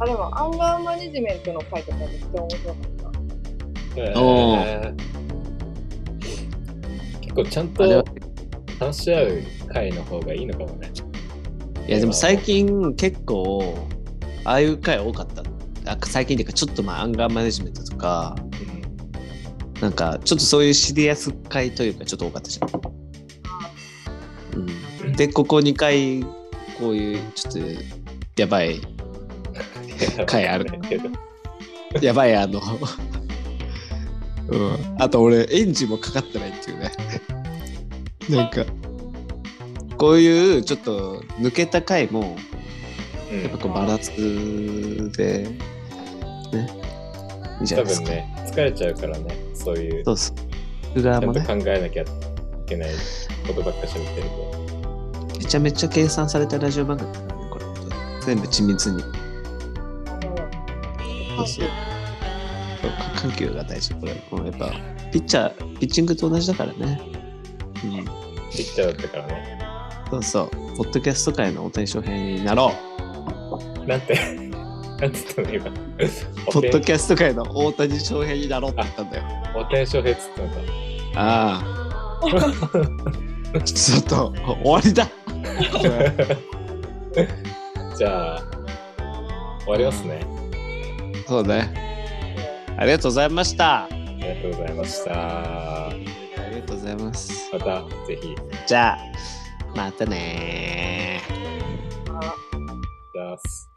E: あ、でも、アンガーマネジメントの回とかめっちゃ面白かった。
C: え
A: お
C: ー結構ちゃん
A: とあれは
C: と話し合う回の方がいいのかもね。
A: いやでも最近結構ああいう回多かったあ最近っていうかちょっとまあアンガーマネジメントとかなんかちょっとそういうシリアス回というかちょっと多かったじゃん、うん、でここ2回こういうちょっとやばい回ある
C: けど。
A: やばい、あの、うん。あと俺、エンジンもかかってないっていうね。なんか、こういうちょっと抜けた回も、
C: うん
A: やっぱこうバランスで、ね、いいじゃな
C: 多
A: いです
C: 分
A: か。
C: ね、疲れちゃうからね、そういう、ち
A: そうそう。僕側
C: ゃ
A: も
C: んと
A: ね
C: 考、えなきゃいけないことばっかしゃってると。
A: めちゃめちゃ計算されたラジオ番組だねこれ。全部緻密に。そうそう。緩急が大事。これ、もうやっぱ、ピッチャー、ピッチングと同じだからね。うん。
C: ピッチャーだったからね。
A: そうそう。ポッドキャスト界の大谷翔平になろう。
C: なんて、 なんて言ったの今。
A: ポッド
C: ャ
A: キャスト界の大谷翔平になろうって言ったんだよ。
C: お天正平っつったんだ。
A: ああ。ちょっと、終わり だ。
C: じゃあ、終わりますね。
A: そうね。ありがとうございました。あ
C: ありがとうございました。
A: りがとうございます。
C: また、ぜひ。
A: じゃあ、またねー。
C: Yes.